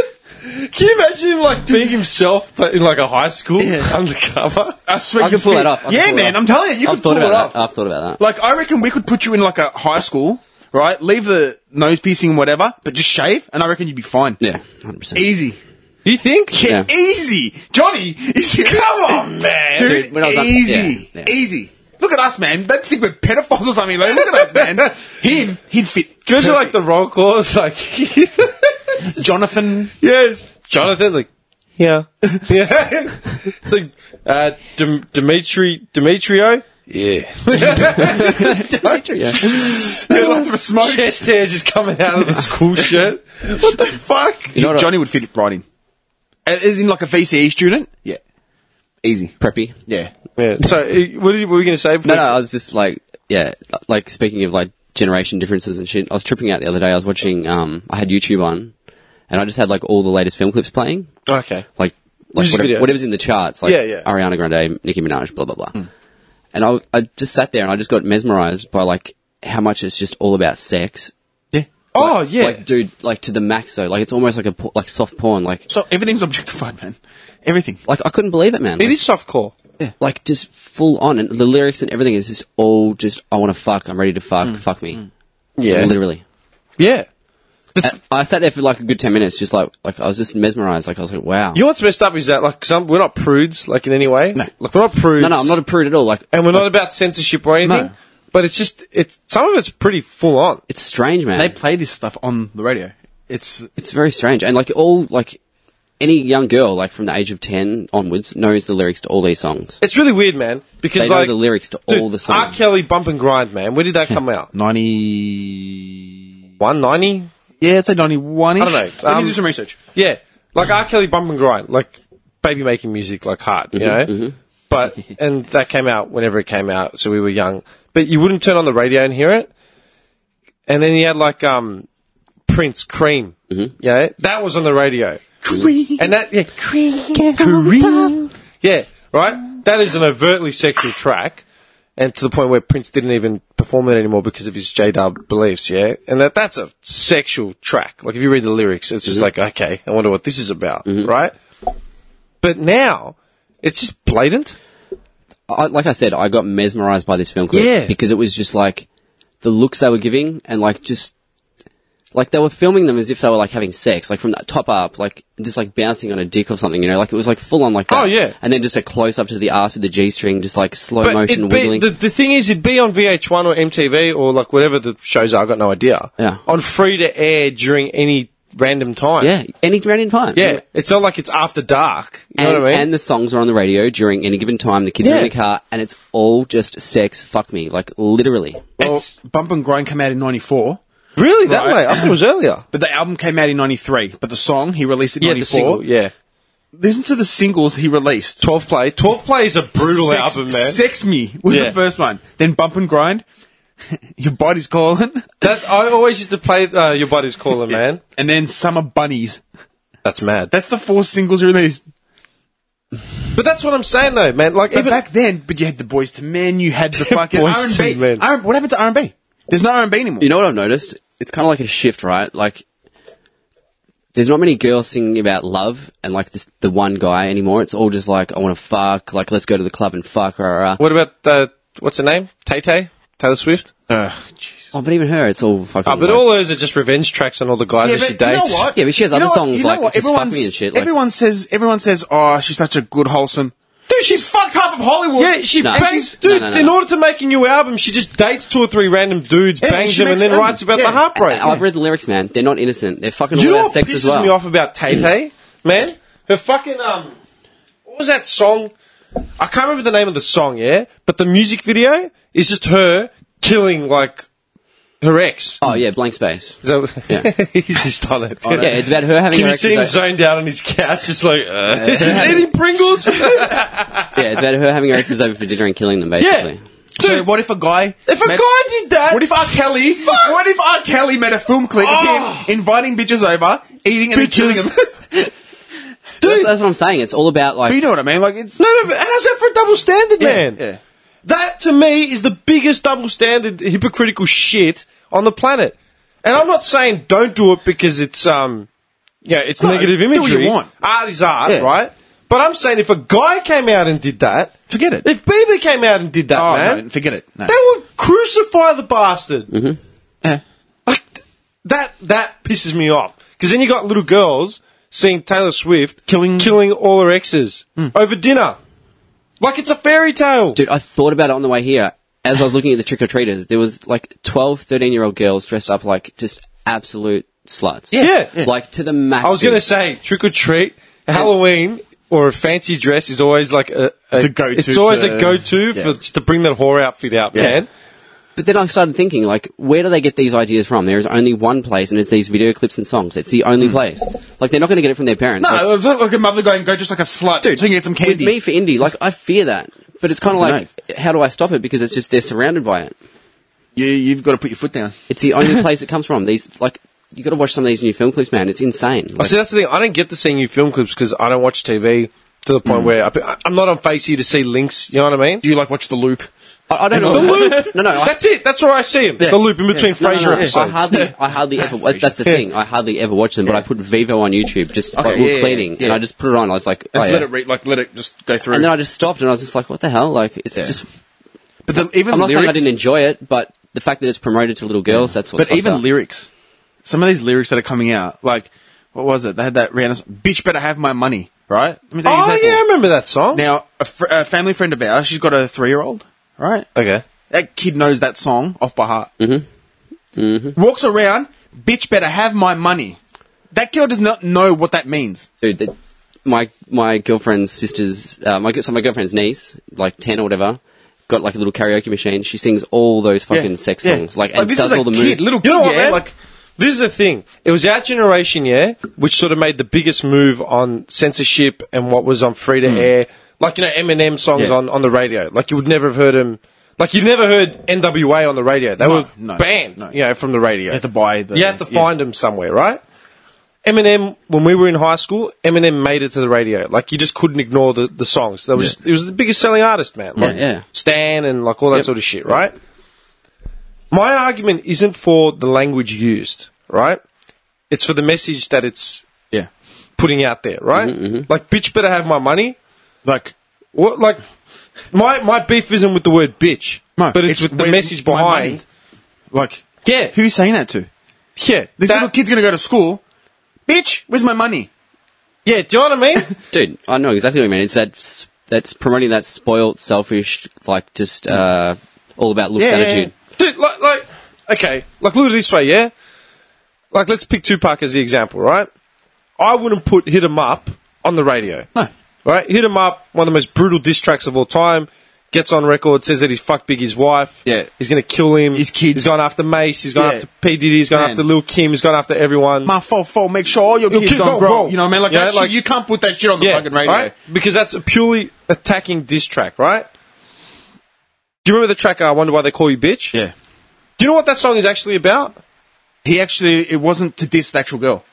D: Can you imagine him, like, being himself, but in, like, a high school
E: Yeah.
D: (laughs) undercover?
E: I swear
C: I
E: you
C: can pull
E: fit-
C: that off. I can
E: yeah,
C: pull that
E: man.
C: off.
E: I'm telling you, you
C: I've
E: could pull
C: thought
E: it
C: about
E: off.
C: that. I've thought about that.
E: Like, I reckon we could put you in like a high school, right? Leave the nose piercing, whatever, but just shave, and I reckon you'd be fine.
C: Yeah, 100%.
E: Easy.
D: Do you think?
E: Yeah,
C: Yeah.
E: easy. Johnny, is come on, man. Dude,
C: Dude, when I was up-
E: easy.
C: yeah, yeah.
E: Easy. Look at us, man. Don't think we're pedophiles or something. Like, look at us, man. Him, he'd fit.
D: Can you imagine, like, the roll call? It's (laughs) like,
E: Jonathan.
D: yes. Jonathan's like, yeah. (laughs) Yeah. it's like, uh, Dim- Dimitri, Demetrio? Yeah.
E: (laughs) Yeah, lots of smoke.
D: Chest hair just coming out of the (laughs) school shirt.
E: What the fuck?
C: know what I-
E: Johnny would fit right in. Uh, Is in like a VCE student? Yeah. Easy.
C: Preppy.
E: Yeah.
D: Yeah. So, uh, what, did you, what were you going to say?
C: No, no, I was just like, yeah, like speaking of like generation differences and shit, I was tripping out the other day. I was watching, um, I had YouTube on and I just had like all the latest film clips playing,
D: Okay.
C: like, like
D: Music
C: whatever,
D: videos.
C: whatever's in the charts, like
D: Yeah, yeah. Hmm.
C: Ariana Grande, Nicki Minaj, blah, blah, blah. And I, I just sat there and I just got mesmerized by like how much it's just all about sex.
E: Yeah.
D: Oh yeah,
C: Like, dude, like to the max though. Like, it's almost like a, por- like soft porn. Like,
E: So everything's objectified, man. Everything.
C: like I couldn't believe it, man.
D: it
C: Like,
D: is softcore.
C: like just full on and the lyrics and everything is just all just, I want to fuck. I'm ready to fuck. Fuck me.
D: Hmm. Yeah,
C: Literally.
D: yeah.
C: And I sat there for like a good ten minutes, just like like I was just mesmerized. Like I was like, wow.
D: You know what's messed up is that like some we're not prudes like in any way. No. Like we're not prudes.
C: no, no, I'm not a prude at all. Like
D: and we're not about censorship or anything.
E: No.
D: But it's just it's some of it's pretty full on.
C: it's strange, man.
E: They play this stuff on the radio. It's
C: It's very strange. And like all like any young girl, like from the age of ten onwards, knows the lyrics to all these songs.
D: It's really weird, man. Because
C: They know
D: like
C: the lyrics to
D: dude,
C: all the
D: R.
C: songs.
D: Kelly bump and grind, man. Where did that come out?
E: ninety.
D: One ninety.
E: Yeah, it's a ninety-one.
D: I don't know.
E: Let me
D: Um,
E: do some research.
D: Yeah, like R. Kelly bump and grind, like baby making music, like hard, you know. (laughs) But and that came out whenever it came out, so we were young. But you wouldn't turn on the radio and hear it. And then he had like um Prince Cream, yeah, that was on the radio. Mm-hmm. Cream and that yeah, Cream, Cream, yeah, right. That is an overtly sexual track. And to the point where Prince didn't even perform it anymore because of his J Dub beliefs, yeah? And that, that's a sexual track. Like, if you read the lyrics, it's just like, okay, I wonder what this is about, right? But now, it's just blatant.
C: I, like I said, I got mesmerized by this film clip
D: Yeah.
C: because it was just like the looks they were giving and like just like they were filming them as if they were like having sex, like from the top up, like just like bouncing on a dick or something, you know, like it was like full on like that.
D: Oh, yeah.
C: And then just a close up to the ass with the G string, just like slow
D: But
C: motion
D: it'd be,
C: wiggling.
D: the, the thing is, it'd be on VH1 or MTV or like whatever the shows are, I've got no idea.
C: Yeah.
D: On free to air during any random time.
C: yeah, any random time.
D: Yeah. It's not like it's after dark. You
C: and,
D: know what I mean?
C: and the songs are on the radio during any given time. The kids are
D: Yeah.
C: in the car, and it's all just sex. Fuck me, like literally.
E: It's Bump and Grind came out in ninety-four,
D: really? That
E: Right.
D: way? I thought it was earlier.
E: but the album came out in ninety-three. But the song he released in
D: Yeah, the
E: ninety-four.
D: single, yeah.
E: Listen to the singles he released.
D: 12 play. 12 play is a brutal
E: Sex,
D: album, man.
E: Sex Me was
D: Yeah.
E: the first one. Then Bump and Grind. (laughs) Your body's calling.
D: That I always used to play uh, Your Buddy's Calling, man.
E: (laughs) And then Summer Bunnies.
D: That's mad.
E: That's the four singles released.
D: but that's what I'm saying, though, man. Like,
E: But
D: even
E: back then, but you had the Boys to Men, you had the fucking
D: Boyz
E: R&B.
D: II Men.
E: R- what happened to R&B? There's no R&B anymore.
C: You know what I've noticed? It's kind of like a shift, right? Like, there's not many girls singing about love and like this, the one guy anymore. It's all just like, I want to fuck. Like, let's go to the club and fuck. Rah, rah, rah.
D: what about uh, what's her name? Tay Tay, Taylor Swift.
C: Oh, but even her, it's all fucking.
D: Ah, but
C: like-
D: all those are just revenge tracks on all the guys that she dates.
C: Yeah, but she has
E: You
C: other
E: know what-
C: songs
E: you know
C: like
E: what?
C: Just Fuck
E: Everyone's-
C: Me and shit. Like,
E: everyone says, everyone says, oh, she's such a good, wholesome. Dude, she's fucked half of Hollywood.
D: Yeah, she
C: No.
D: bangs,
C: No,
D: dude.
C: no, no,
D: In
C: no.
D: order to make a new album, she just dates two or three random dudes,
E: Yeah,
D: bangs
E: she
D: them, and
E: makes
D: then
E: them.
D: writes about
E: Yeah.
D: the heartbreak.
C: I- I've read the lyrics, man. They're not innocent. They're fucking
D: Do you
C: all
D: know
C: about
D: what
C: sex as
D: pisses
C: well.
D: me off about Tay Tay, man? Her fucking um, what was that song? I can't remember the name of the song, yeah, but the music video is just her killing like her ex.
C: Oh yeah, blank space.
D: So,
C: Yeah.
D: (laughs) he's just on it.
C: Yeah, it's about her having. her
D: Can you
C: ex
D: see him
C: as a-
D: zoned out on his couch, just like uh, (laughs)
C: (laughs)
D: he's eating Pringles?
C: yeah, it's about her having her exes over for dinner and killing them, basically.
E: So what if a guy...
D: if a
E: made-
D: guy did that,
E: What if R. Kelly... What if R. Kelly made a film clip
D: Oh.
E: of him inviting bitches over, eating and then killing
D: Bitches.
E: them? (laughs)
C: That's, that's what I'm saying. It's all about like
E: But you know what I mean? Like, it's...
D: No, no, but how's that for a double standard, man?
E: yeah.
D: That to me is the biggest double standard hypocritical shit on the planet. And I'm not saying don't do it because it's um yeah, it's
E: No,
D: negative
E: do what you
D: imagery.
E: want.
D: Art is art,
E: Yeah.
D: right? But I'm saying if a guy came out and did that,
E: Forget it.
D: if Bieber came out and did that,
E: Oh,
D: man,
E: no, forget it. No. Mm-hmm.
D: they would crucify the bastard.
E: Yeah.
D: Like th- that that pisses me off because then you got little girls seeing Taylor Swift
E: Killing- Hmm.
D: killing all her exes over dinner, like it's a fairy tale.
C: Dude, I thought about it on the way here. As I was looking at the trick or treaters, there was like 12, 13 year old girls dressed up like just absolute sluts.
D: Yeah. Yeah.
C: Like to the max.
D: I was
C: dude.
D: gonna say trick or treat, Halloween. Or a fancy dress is always like a,
E: It's a go-to
D: It's always
E: to-
D: a go-to
E: yeah.
D: for just to bring that whore outfit out, man.
C: But then I started thinking, like, where do they get these ideas from? There is only one place and it's these video clips and songs. It's the
D: Hmm.
C: only place. Like, they're not gonna get it from their parents. Like,
E: No, it's not like a mother going, go just like a slut. Dude, so you can get some
C: with
E: candy.
C: me for indie, like, I fear that. But it's kind of like, how do I stop it? Because it's just, they're surrounded by it.
E: You, you've got to put your foot down.
C: It's the
D: (laughs)
C: only place it comes from. These, like, you gotta watch some of these new film clips, man. It's insane.
D: I
C: Like,
D: see, that's the thing. I don't get to see new film clips because I don't watch TV to the
C: Mm.
D: point where I, I'm not on Facey to see links. You know what I mean?
E: Do you like watch The Loop?
C: I, I don't know.
D: The
C: (laughs)
D: loop.
C: No, no. I,
D: that's it. That's where I see him. The loop in between
C: No, no,
D: Frasier
C: no,
D: episodes.
C: I hardly, I hardly ever. That's the thing. I hardly ever watch them, but I put Vivo on YouTube just like
E: Okay,
C: while
E: yeah, yeah,
C: cleaning,
E: yeah.
C: and I just put it on. I was like, oh,
E: Just
C: yeah.
E: let it read, like let it just go through.
C: and then I just stopped, and I was just like, what the hell? Like, it's
E: Yeah.
C: just.
E: but the, even
C: I'm
E: the
C: not saying I
E: lyrics,
C: didn't enjoy it, but the fact that it's promoted to little girls, that's what.
E: but even lyrics, some of these lyrics that are coming out, like what was it? They had that random bitch better have my money, right? Let me take an
D: Oh
E: example.
D: yeah, I remember that song.
E: Now, a, fr- a family friend of ours, she's got a three-year-old, right?
D: okay.
E: That kid knows that song off by heart. Mm-hmm. Mm-hmm. Walks around, bitch better have my money. That girl does not know what that means.
C: dude. That, my my girlfriend's sister's uh, my so my girlfriend's niece, like ten or whatever, got like a little karaoke machine. She sings all those fucking sex
E: yeah.
C: songs, like
E: Like,
C: and
E: this
C: does
E: is a
C: all the
E: kid,
C: moves.
E: little
D: You know what,
E: Yeah,
D: man?
E: like-
D: this is the thing. It was our generation, yeah, which sort of made the biggest move on censorship and what was on free to air. Like you know, Eminem songs
E: Hmm. Yeah.
D: on on the radio. Like you would never have heard him. Like you never heard NWA on the radio. They were
E: no,
D: banned,
E: no.
D: you know, from the radio. You
E: had to buy the-
D: You had to
E: yeah.
D: find them somewhere, right? Eminem, when we were in high school, Eminem made it to the radio. Like you just couldn't ignore the, the songs. That was just, it was the biggest selling artist, man. Like
C: yeah.
D: Stan and like all that sort of shit, right? My argument isn't for the language used, right? It's for the message that it's
E: Yeah,
D: putting out there, right?
E: Mm-hmm,
D: Like, bitch, better have my money.
E: like
D: What, like, my my beef isn't with the word bitch,
E: No,
D: but it's,
E: it's
D: with the
E: with
D: message
E: my money.
D: behind.
E: like
D: Yeah,
E: who are you saying that to?
D: yeah,
E: This
D: that-
E: little kid's gonna go to school. Bitch, where's my money?
D: Yeah, do you know
E: (laughs)
D: what I mean?
C: dude, I know exactly what you mean. It's that s- that's promoting that spoiled, selfish, like just uh, all about looks
E: Yeah, yeah,
C: attitude.
D: Dude, like, like, okay, like, look at it this way, yeah? Like, let's pick Tupac as the example, right? I wouldn't put Hit 'em Up on the radio.
E: No.
D: Right? Hit 'em Up, one of the most brutal diss tracks of all time, gets on record, says that he's fucked Big his wife.
E: Yeah.
D: He's gonna kill him.
E: His kids.
D: He's gone after Mace, he's gone
E: Yeah.
D: after P. Diddy, he's gone
E: Man.
D: after Lil Kim, he's gone after everyone.
E: My fault, fault. Make sure all your
D: Your
E: kids,
D: kids
E: don't
D: don't
E: grow.
D: grow.
E: You know what I mean? Like,
D: Yeah,
E: that shit-
D: like-
E: you can't put that shit on the fucking radio.
D: right? Because that's a purely attacking diss track, right? Do you remember the track, uh, I Wonder Why They Call You Bitch?
E: Yeah.
D: Do you know what that song is actually about?
E: He actually, it wasn't to diss the actual girl.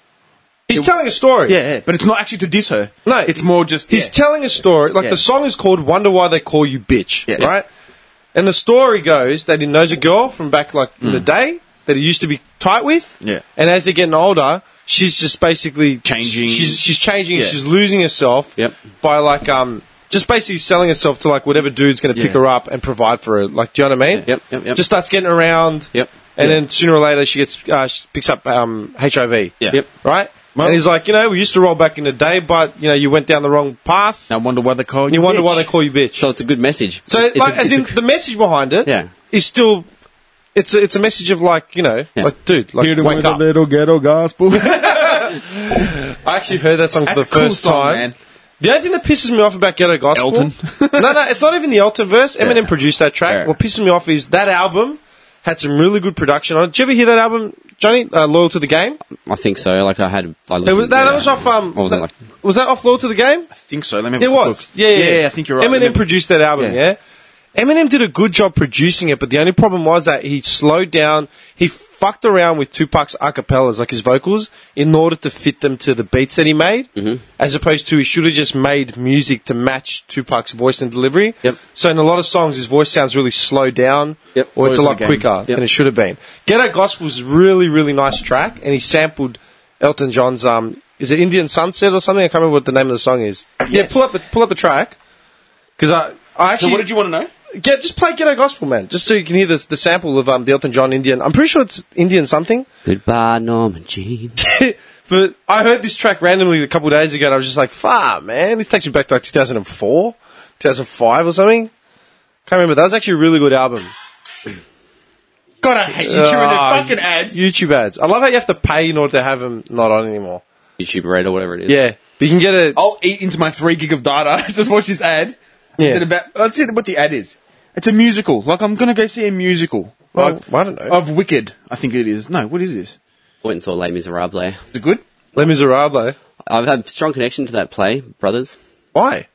D: He's telling a story.
E: Yeah, yeah, but it's not actually to diss her.
D: No,
E: it's more just
D: he's
E: yeah.
D: telling a story. Like
E: Yeah.
D: the song is called "Wonder Why They Call You Bitch,"
E: Yeah.
D: right? And the story goes that he knows a girl from back like in the day that he used to be tight with.
E: Mm. Yeah.
D: And as they're getting older, she's just basically
E: Changing.
D: She's she's changing. and
E: Yeah.
D: She's losing herself.
C: Yep.
D: By like um. Just basically selling herself to like whatever dude's going to pick
E: Yeah.
D: her up and provide for her. Like, do you know what I mean?
C: Yep, yep, yep.
D: Just starts getting around.
C: Yep.
D: And then sooner or later she gets uh, she picks up um, HIV.
E: Yeah.
C: Yep.
D: Right.
E: Well-
D: and he's like, you know, we used to roll back in the day, but you know, you went down the wrong path.
E: I wonder why they call
D: And you wonder why they call you bitch.
C: So it's a good message.
D: So,
C: It's- it's
D: like,
C: a-
D: as
C: it's a-
D: in the message behind it,
C: Yeah.
D: is still. It's a, it's a message of like you know
C: Yeah.
D: like dude like wake up.
E: little ghetto gospel. That's
D: (laughs) I actually heard that song for
E: a
D: the
E: cool
D: first
E: song,
D: time.
E: man.
D: The only thing that pisses me off about Ghetto Gospel,
E: Elton.
D: (laughs) no, no, it's not even the Elton verse. Eminem produced that track.
E: Yeah.
D: What pisses me off is that album had some really good production on it. Did you ever hear that album, Johnny? Uh, Loyal to the Game.
C: I think so. Like I had, I
D: It
C: listened, uh,
D: was, that,
C: yeah.
D: that was off. Um,
C: I wasn't
D: that-
C: like-
D: was that off Loyal to the Game?
E: I think so. Let me. have
D: It
E: a quick
D: was.
E: look.
D: Yeah, yeah,
E: I think you're right.
D: Eminem
E: Let me-
D: produced that album,
E: Yeah.
D: yeah. Eminem did a good job producing it, but the only problem was that he slowed down. He fucked around with Tupac's acapellas, like his vocals, in order to fit them to the beats that he made, mm-hmm. as opposed to he should have just made music to match Tupac's voice and delivery.
C: Yep.
D: So in a lot of songs, his voice sounds really slowed down,
C: Yep.
D: or it's a
E: Loyal
D: lot
E: to the game.
D: quicker
C: Yep.
D: than it should have been. Ghetto Gospel's really, really nice track, and he sampled Elton John's um, is it Indian Sunset or something? I can't remember what the name of the song is. Yeah, pull up the pull up the track because I I
E: So
D: actually
E: what did you want to know?
D: yeah just play Ghetto Gospel man just so you can hear the the sample of um the Elton John Indian. I'm pretty sure it's Indian something, (laughs)
C: Goodbye, Norman Jean.
D: but I heard this track randomly a couple of days ago and I was just like, "Fuck, man, this takes me back to like 2004, 2005 or something." Can't remember. That was actually a really good album.
E: God, I hate you. You're in
D: Ah,
E: the fucking ads.
D: YouTube ads. I love how you have to pay in order to have them not on anymore.
C: (laughs) YouTube Red or whatever it is.
D: Yeah, but you can get a
E: I'll eat into my three gig of data. (laughs) Just watch this ad.
D: Yeah.
E: Oh, Is it about? Let's see what the ad is. It's a musical. Like I'm gonna go see a musical. Like
D: I don't know.
E: Of Wicked, I think it is. No, what is this?
C: Went and saw Les Miserables.
E: Is it good?
D: Les Miserables.
C: I've had strong connection to that play, brothers,
D: Why?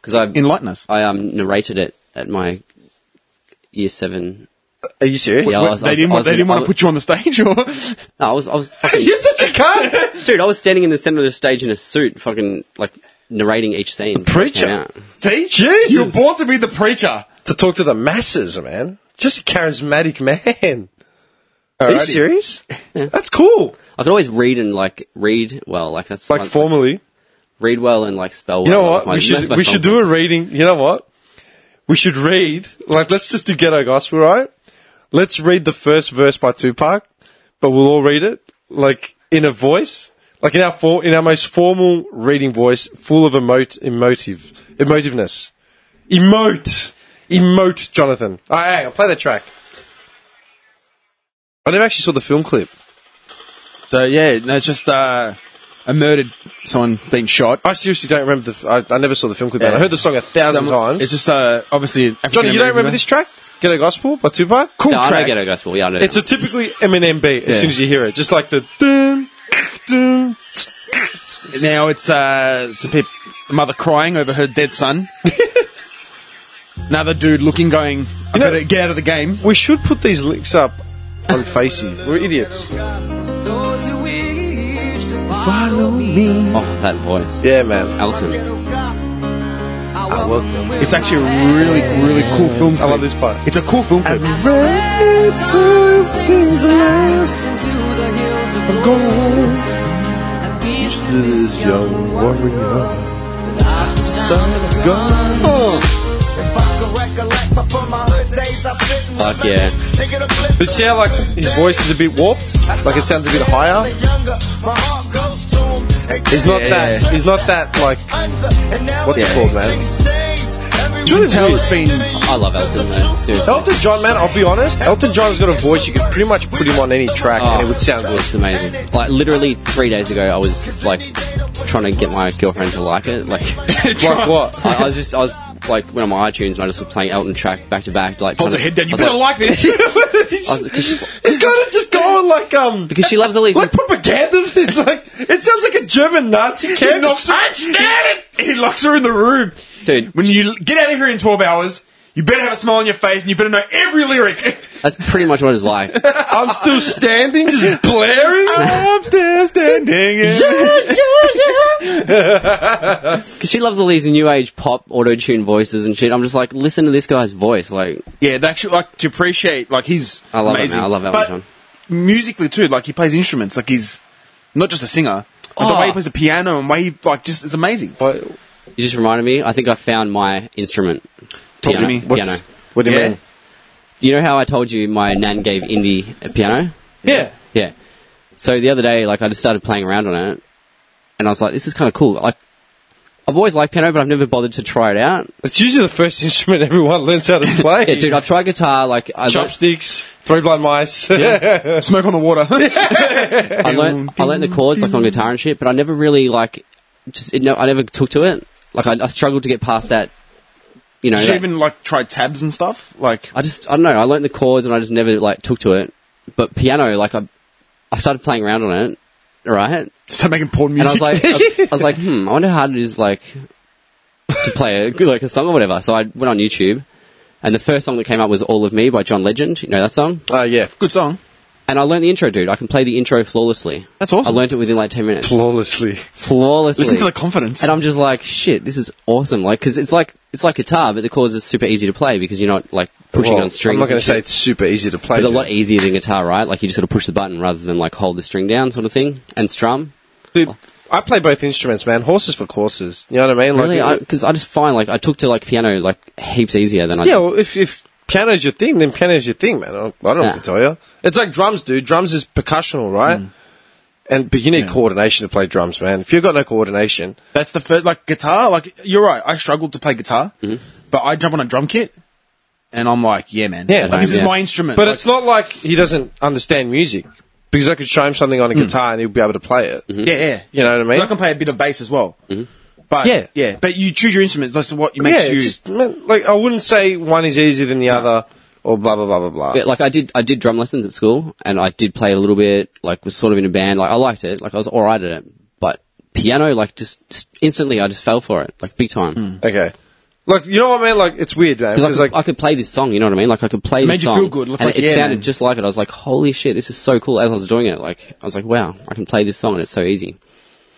C: because I
E: Enlighten us.
C: I um narrated it at my year seven.
D: Are you serious?
C: Yeah, I was-
E: they
C: I was-
E: didn't.
C: I
E: Want,
C: was
E: they
C: in-
E: didn't
C: I
E: want to
C: was-
E: put you on the stage, or (laughs)
C: No, I was I was
D: (laughs)
C: fucking
D: You're such a cunt.
C: dude. I was standing in the center of the stage in a suit, fucking like narrating each scene.
D: preacher.
C: Yeah.
E: teach.
D: Jesus.
E: You're born to be the preacher.
D: to talk to the masses, man. Just a charismatic man. Are you
E: Alrighty. (laughs)
D: serious? That's cool.
C: I could always read and like read well, like that's
D: Like
C: one-
D: formally,
C: read well and like spell.
D: you know
C: well.
D: what? We should we should do a reading. You know what? We should read. Like, let's just do ghetto gospel, right? Let's read the first verse by Tupac, but we'll all read it, like in a voice, like in our for, in our most formal reading voice, full of emot- emotive emotiveness. Emote, emote, Jonathan. All right, hang on, play that track. I never actually saw the film clip.
E: So yeah, no, it's just uh, a murdered someone being shot.
D: I seriously don't remember the. f- I, I never saw the film clip. man. I heard the song a thousand
E: Someone-
D: times.
E: It's just uh, obviously an
D: Johnny, you
E: African-American
D: don't remember
E: man.
D: this track? Get a Gospel by Tupac? Cool
C: No, I
D: track.
C: don't get a gospel. Yeah, I know.
D: It's a typically Eminem beat as
E: Yeah.
D: soon as you hear it. Just like the dun, dun.
E: Now it's uh, some peop a mother crying over her dead son. (laughs) Another dude looking, going, I
D: know-
E: better get out of the game.
D: We should put these links up on Facey. We're idiots.
G: Those who wish to follow me,
C: oh, that voice.
D: Yeah, man.
C: Elton.
G: I welcome. with
E: It's actually
G: my
E: a really,
G: hand.
E: really cool film.
D: I love
E: clip.
D: this part.
E: It's a cool film clip.
G: Into the hills of gold. And peace to this young warrior. Son of God.
C: Fuck yeah.
D: But see how like his voice is a bit warped? Like it sounds a bit higher. He's not that. He's not that like. What's it called, man? It's really
E: Tell
D: weird.
E: it's been
C: I love Elton, man. Seriously.
D: Elton John, man. I'll be honest. Elton John's got a voice you could pretty much put him on any track
C: Oh,
D: and it would sound good.
C: It's amazing. Like literally three days ago, I was like trying to get my girlfriend to like it.
D: (laughs)
C: (laughs) Like,
D: Like what?
C: I, I was just I was like went on my iTunes and I just was playing Elton track back to back. Like,
E: holds her
C: trying to-
E: head down. You
C: I was
E: better
C: (laughs)
E: like, this.
C: I was- 'cause she-
D: It's kind of just going like um
C: because she loves all these.
D: like propaganda. (laughs) It's like it sounds like a German Nazi camp.
E: he locks her in the room.
C: dude,
E: When you get out of here in 12 hours, you better have a smile on your face and you better know every lyric. (laughs)
C: that's pretty much what it's like.
D: I'm still standing, just blaring.
E: I'm still standing.
C: Because she loves all these new age pop auto tune voices and shit. I'm just like, listen to this guy's voice. Like,
E: Yeah, they actually like to appreciate like he's
C: I love it,
E: amazing.
C: man. I love Elton
E: but
C: John.
E: Musically too, like he plays instruments. Like he's not just a singer. Like, The
C: Oh.
E: way he plays the piano and way he like just it's amazing.
D: But
C: you just reminded me. I think I found my instrument.
E: Talk to
C: Piano.
E: me. What's-
C: Piano.
D: what do you
E: Yeah.
D: mean?
C: You know how I told you my nan gave Indy a piano?
D: Yeah.
C: (laughs) Yeah. So the other day, like, I just started playing around on it, and I was like, this is kind of cool. Like, I've always liked piano, but I've never bothered to try it out.
D: It's usually the first instrument everyone
C: (laughs)
D: learns how to play.
C: Yeah, dude, I've tried guitar. Like, I learned,
D: Chopsticks, three blind mice. (laughs)
E: Uh, Smoke on the (laughs) water.
C: I learned, I learned the chords like on guitar and shit, but I never really like, just it, no, I never took to it. Like, I, I struggled to get past that. You know,
E: Did you
C: that-
E: even like try tabs and stuff? Like
C: I just I don't know. I learned the chords and I just never like took to it. But piano, like I, I started playing around on it, right?
E: start making porn
C: And I
E: music. (laughs)
C: was like, I, was- I was like, hmm, I wonder how hard it is like to play a like a song or whatever. So I went on YouTube, and the first song that came up was "All of Me" by John Legend. You know that song?
D: Oh yeah.
E: good song.
C: And I learned the intro, dude. I can play the intro flawlessly.
E: That's awesome.
C: I learned it within like ten minutes,
D: Flawlessly.
C: flawlessly.
E: Listen to the confidence.
C: and I'm just like, shit, this is awesome. Like, because it's like it's like guitar, but the chords are super easy to play because you're not like pushing
D: Well,
C: on strings.
D: I'm not going
C: and
D: to say
C: shit.
D: it's super easy to play.
C: But a
D: dude.
C: lot easier than guitar, right? Like you just sort of push the button rather than like hold the string down, sort of thing, and strum.
D: Dude, I play both instruments, man. Horses for courses. You know what I mean? Like,
C: Really, because I, just find like I took to like piano like heaps easier than I.
D: yeah. Well, if if piano's your thing, then piano's your thing, man. I I don't know
C: Yeah.
D: what to tell you. It's like drums, dude. Drums is percussional, right? And but you need coordination to play drums, man. If you've got no coordination,
E: That's the first like guitar. Like you're right. I struggled to play guitar,
C: Mm-hmm.
E: but I jump on a drum kit, and I'm like, yeah, man.
D: Yeah,
E: like, this is
C: yeah.
E: my instrument.
D: But
E: Like,
D: it's not like he doesn't understand music because I could show him something on a guitar and he'll be able to play it.
E: yeah, yeah.
D: You know what I mean?
E: I can play a bit of bass as well.
C: Mm-hmm.
E: But
D: Yeah.
E: yeah, yeah. But you choose your instruments. That's what you make
D: yeah,
E: you.
D: it's just man, like I wouldn't say one is easier than the other or blah blah blah blah blah.
C: Yeah, like I did, I did drum lessons at school, and I did play a little bit. Like was sort of in a band. Like I liked it. Like I was all right at it. But piano, like just, just instantly, I just fell for it, like big time.
D: Okay. Like you know what I mean? Like it's weird, man.
C: 'Cause I
D: Because
C: could,
D: like
C: I could play this song, you know what I mean? Like I could play
E: made
C: this
E: you
C: song,
E: feel good. It was
C: and
E: like,
C: it
E: yeah,
C: sounded
E: man.
C: just like it. I was like, "Holy shit, this is so cool!" As I was doing it, like I was like, "Wow, I can play this song, and it's so easy."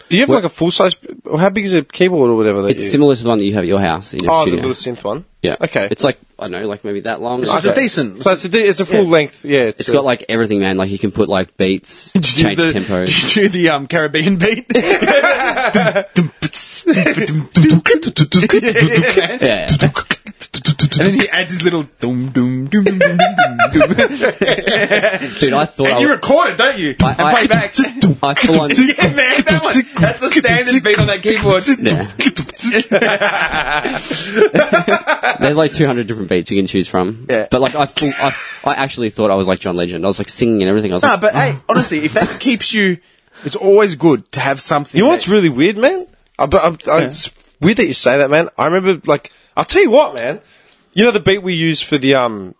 D: do you have like a full size? Or how big is a keyboard or whatever? That
C: It's
D: you,
C: similar to the one that you have at your house in your
D: Oh, the
C: studio.
D: little synth one.
C: Yeah.
D: Okay.
C: It's like I don't know, like maybe that long.
E: It's a
D: Okay.
E: decent.
D: so it's a de- it's a full length. Yeah.
C: It's got like everything, man. Like you can put like
D: (laughs)
C: beats,
E: Did you (laughs)
C: change
E: do the,
C: tempo. (laughs)
E: Did you do the um, Caribbean beat?
C: Yeah,
E: And then he adds his little dum dum doom, doom, doom, doom, doom, doom.
C: Dude, I thought I
D: And you
C: was,
D: record it, don't you?
C: I-
D: and
C: I-
D: play back.
C: (laughs) I full
D: (laughs)
C: on.
E: Yeah, man, that one, that's the standard beat on that keyboard.
C: Yeah. There's like 200 different beats you can choose from.
D: Yeah.
C: But like I, full, I, I actually thought I was like John Legend. I was like singing and everything. I was
E: Nah,
D: Ah,
C: like,
E: but hey, honestly, if that keeps you, it's always good to have something.
D: You know
E: that-
D: what's really weird, man? I, but I, I, It's weird that you say that, man. I remember, like, I'll tell you what, man. You know the beat we used for the um,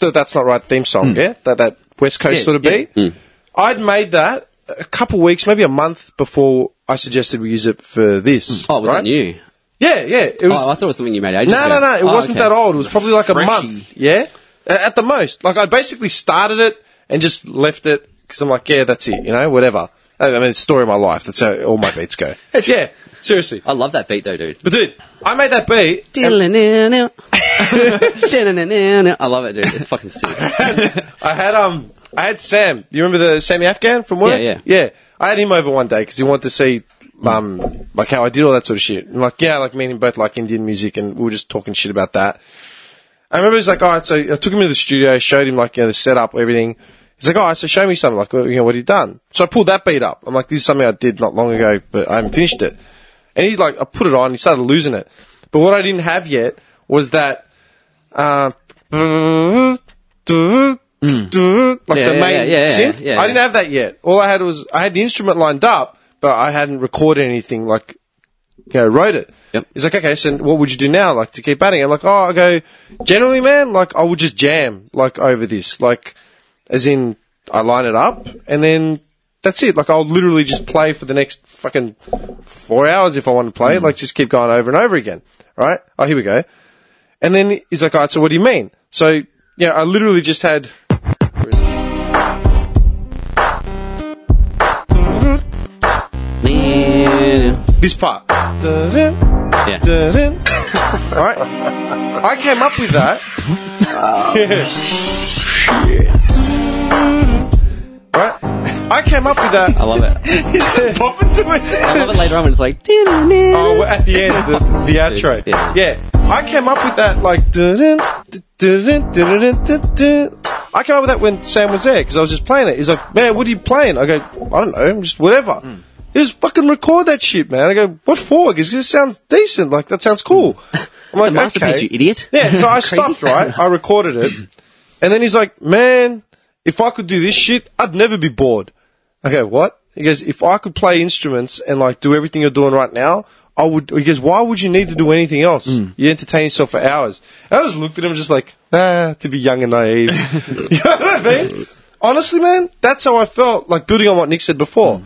D: the that's not right theme
C: Hmm.
D: song, yeah, that that West Coast
E: Yeah,
D: sort of
E: yeah.
D: beat. I'd made that a couple weeks, maybe a month before I suggested we use it for this.
C: oh, was
D: right?
C: that new?
D: Yeah, yeah. It was.
C: Oh, I thought it was something you made ages
D: no,
C: ago.
D: no, no. It
C: Oh,
D: wasn't
C: okay.
D: that old. It was probably like a
E: Freshy.
D: month. Yeah, A- at the most. Like I basically started it and just left it because I'm like, yeah, that's it. You know, whatever. I mean, it's the story of my life. That's how all my beats
C: (laughs)
D: go. yeah, seriously.
C: I love that beat though, dude.
D: But dude, I made that beat. and
C: I love it, dude. It's fucking sick.
D: I had um, I had Sam. You remember the Sammy Afghan from work?
C: Yeah, yeah.
D: yeah. I had him over one day because he wanted to see um, like how I did all that sort of shit. And like, yeah, like me and him both like Indian music, and we were just talking shit about that. I remember he's like, all right, so I took him to the studio, showed him like, you know, the setup, everything. He's like, all right, so show me something, like, you know, what have you done? So I pulled that beat up. I'm like, this is something I did not long ago, but I haven't finished it. And he like, I put it on, he started losing it. But what I didn't have yet was that, uh, like the
C: yeah,
D: main
C: yeah, yeah,
D: synth.
C: yeah, yeah.
D: I didn't have that yet. All I had was, I had the instrument lined up, but I hadn't recorded anything like you know, wrote it.
C: Yep.
D: He's like, okay, so what would you do now, like, to keep batting? I'm like, oh, I go, generally, man, like, I would just jam, like, over this. Like, as in, I line it up, and then that's it. Like, I'll literally just play for the next fucking four hours if I want to play. Like, just keep going over and over again. Right? Oh, here we go. And then he's like, all right, so what do you mean? So, yeah, I literally just had. this part. Dun-dun,
C: Yeah.
D: dun-dun. Right? I came up with that.
C: Oh,
D: (laughs) Right? I came up with that.
C: I love it.
D: (laughs)
E: Pop into it.
C: I love it later on when it's like,
D: Oh, at the end, the, the outro.
C: Yeah.
D: Yeah. I came up with that like. dun-dun, dun-dun, dun-dun, dun-dun. I came up with that when Sam was there because I was just playing it. He's like, "Man, what are you playing?" I go, "I don't know, I'm just whatever." He Just fucking record that shit, man. I go, "What for?" Because this sounds decent. Like that sounds cool. I'm
C: a masterpiece, you idiot.
D: Yeah. So I
C: (laughs) Crazy.
D: stopped. Right. I recorded it, and then he's like, "Man, if I could do this shit, I'd never be bored." I go, what? He goes, if I could play instruments and like do everything you're doing right now, I would. He goes, why would you need to do anything else?
C: Hmm.
D: You entertain yourself for hours. And I just looked at him, just like, ah, to be young and naive. (laughs) you know what I mean? Honestly, man, that's how I felt. Like building on what Nick said before,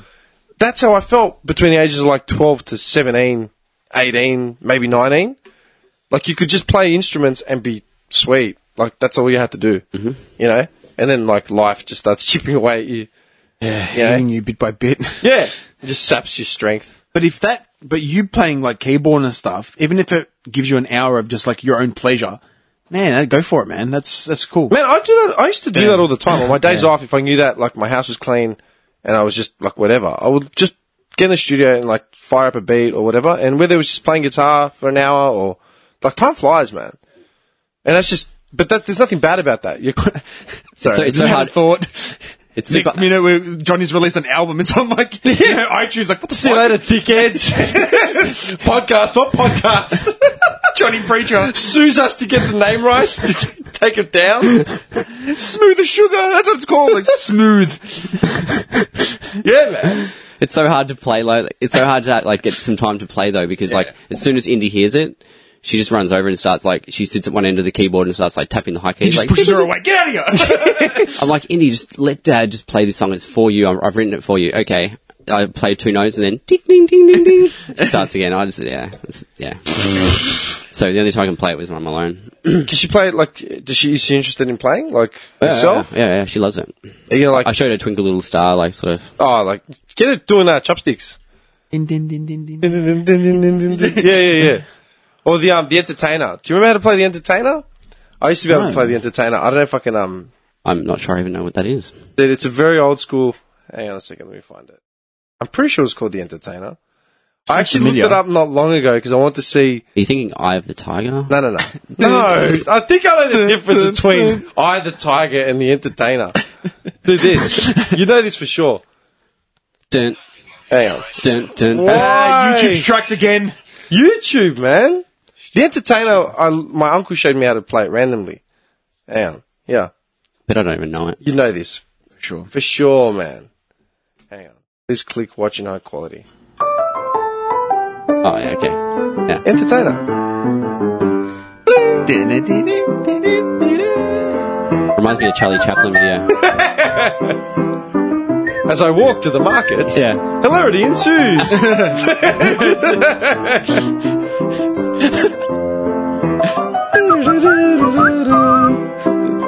D: that's how I felt between the ages of like 12 to 17, 18, maybe 19. Like you could just play instruments and be sweet. Like that's all you had to do. Mm-hmm. You know. And then like life just starts chipping away at you.
E: Yeah, eating you bit by bit. (laughs)
D: Yeah. It just saps your strength.
E: But if that, but you playing like keyboard and stuff, even if it gives you an hour of just like your own pleasure, man, go for it, man. That's that's cool.
D: Man, I do that. I used to do
E: Yeah.
D: that all the time. On my days
E: Yeah.
D: off, if I knew that, like, my house was clean and I was just, like, whatever, I would just get in the studio and, like, fire up a beat or whatever. And whether it was just playing guitar for an hour or, like, time flies, man. And that's just, but that, there's nothing bad about that. You're, (laughs) sorry.
C: so it's so
E: Just had
C: hard.
E: a thought.
C: It's
E: Next
C: super,
E: minute, we Johnny's released an album. It's on (laughs) like you know, iTunes. Like what the
D: (laughs) See you
E: fuck?
D: later, (laughs) dickheads. podcast, what (laughs) podcast?
E: Johnny Preacher.
D: Sues us to get the name rights, to (laughs) take it (laughs) down.
E: smooth as sugar. (laughs) That's what it's called. Like smooth.
D: Yeah, man.
C: it's so hard to play though. Like, it's so hard to like get some time to play though because like as soon as Indy hears it, she just runs over and starts like she sits at one end of the keyboard and starts like tapping the high keys.
E: Just
C: like,
E: pushes her away. Get out of here.
C: I'm like Indy, just let Dad just play this song. It's for you. I'm, I've written it for you. Okay. I play two notes and then ding ding ding ding ding It starts again. I just yeah it's- yeah. so the only time I can play it was when I'm alone.
D: Can she play it, like, does she, is she interested in playing, like, herself?
C: Yeah, yeah, yeah, she loves it.
D: Are you gonna, like,
C: I showed her Twinkle Little Star, like sort of.
D: Oh, like get it doing that chopsticks. yeah,
C: (laughs)
D: yeah, yeah. Or the um the entertainer. Do you remember how to play the entertainer? I used to be able to play the entertainer. I don't know if I can um.
C: I'm not sure I even know what that is.
D: Dude, it's a very old school. Hang on a second, let me find it. I'm pretty sure it's called the entertainer. I actually
E: familiar.
D: looked it up not long ago because I want to see.
C: Are you thinking Eye of the Tiger?
D: No, no, no, (laughs) no. I think I know the difference between I the Tiger and the Entertainer. Do this. You know this for sure.
C: Dun,
D: Hang on.
C: dun, dun.
D: Why?
E: YouTube strikes again.
D: (laughs) YouTube, man. The Entertainer. I, my uncle showed me how to play it randomly. Hang on. Yeah,
C: But I don't even know it.
D: you know this
E: Sure.
D: for sure, man. Hang on. Please click watch in high quality.
C: Oh, yeah, okay.
D: Entertainer.
C: Reminds me of Charlie Chaplin video.
D: As I walk to the market,
C: Yeah.
D: hilarity ensues.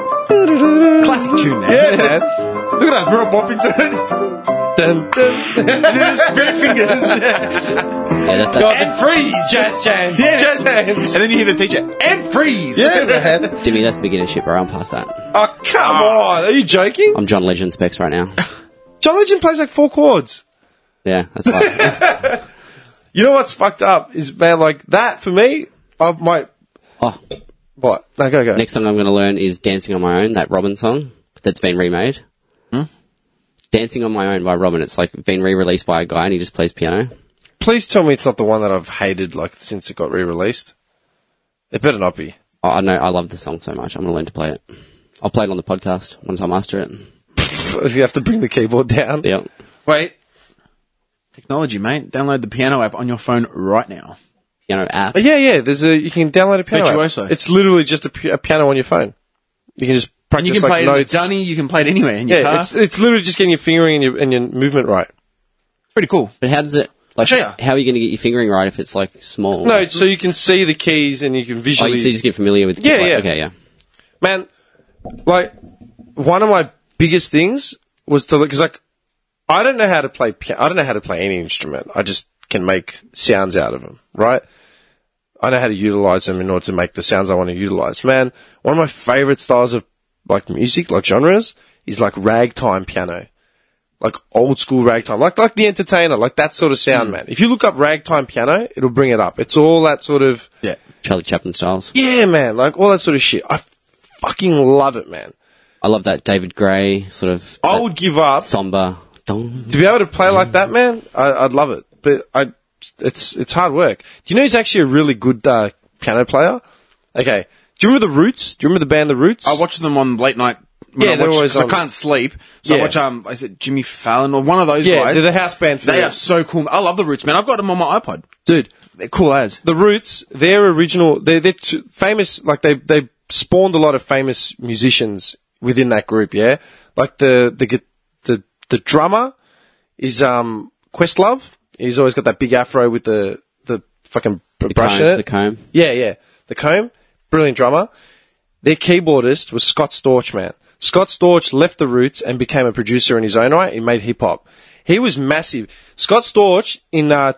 E: Classic tune, man.
D: Yeah, man.
E: (laughs) Look at us, we're all bopping to it.
D: Dun, dun.
E: Spit fingers.
C: Yeah, that,
D: God,
C: that's
D: and freeze. Jazz hands.
E: Yeah.
D: Jazz hands.
E: And then you hear the teacher, and freeze. (laughs)
D: Yeah, man.
C: Jimmy, that's beginner shit, bro. I'm past that.
D: Oh, come
E: Ah.
D: on. Are you joking?
C: I'm John Legend specs right now.
D: John Legend plays like four chords.
C: Yeah, that's like.
D: You know what's fucked up is, man, like that for me, I might.
C: Oh,
D: What? No, go, go.
C: next song I'm going to learn is Dancing on My Own, that Robin song that's been remade.
D: Hmm?
C: Dancing on My Own by Robin. It's like been re released by a guy and he just plays piano.
D: Please tell me it's not the one that I've hated, like, since it got re released. It better not be. (laughs)
C: Oh, I know, I love the song so much. I'm going to learn to play it. I'll play it on the podcast once I master it.
D: If you have to bring the keyboard down.
C: Yep.
E: Wait. Technology, mate. Download the piano app on your phone right now.
C: Piano app.
D: Oh, yeah, yeah. There's a you can download a piano. app.
E: Virtuoso.
D: It's literally just a, pi- a piano on your phone. You can just
E: And
D: practice
E: you can
D: like,
E: play it in a
D: notes.
E: dunny, you can play it anywhere in your
D: yeah,
E: car.
D: it's it's literally just getting your fingering and your and your movement right.
E: pretty cool.
C: But how does it. Like,
E: Show ya.
C: how are you going to get your fingering right if it's like small?
D: No, so you can see the keys and you can
C: Oh,
D: visually.
C: you so you just get familiar with.
D: Yeah,
C: like,
D: yeah.
C: Okay, yeah.
D: man, like one of my biggest things was to because like I don't know how to play. pia- I don't know how to play any instrument. I just can make sounds out of them, right? I know how to utilize them in order to make the sounds I want to utilize. Man, one of my favorite styles of like music, like genres, is like ragtime piano, like old school ragtime, like like the entertainer, like that sort of sound, man. If you look up ragtime piano, it'll bring it up. It's all that sort of
E: Yeah.
C: Charlie Chaplin styles.
D: yeah, man, like all that sort of shit. I fucking love it, man.
C: I love that David Gray sort of
D: I
C: that
D: would give up
C: somber. Dong.
D: to be able to play like that, man. I, I'd love it, but I, it's it's hard work. Do you know he's actually a really good uh, piano player? Okay, do you remember the Roots? Do you remember the band The Roots?
E: I watch them on late night. When
D: Yeah,
E: I
D: they're
E: watch,
D: always
E: 'cause I
D: on.
E: can't sleep. So I
D: Yeah.
E: watch, um, is it Jimmy Fallon or one of those
D: yeah,
E: guys?
D: they're the house band. For
E: they
D: me.
E: are so cool. I love the Roots, man. I've got them on my iPod.
D: dude.
E: They're cool as.
D: The Roots, their original, they're, they're t- famous, like they, they spawned a lot of famous musicians within that group, yeah? Like the, the, gu- the, the drummer is, um, Questlove. He's always got that big afro with the, the fucking b- brush
C: comb,
D: in it.
C: the comb.
D: Yeah, yeah. The comb. Brilliant drummer. Their keyboardist was Scott Storch, man. Scott Storch left the Roots and became a producer in his own right. He made hip hop. He was massive. Scott Storch in uh,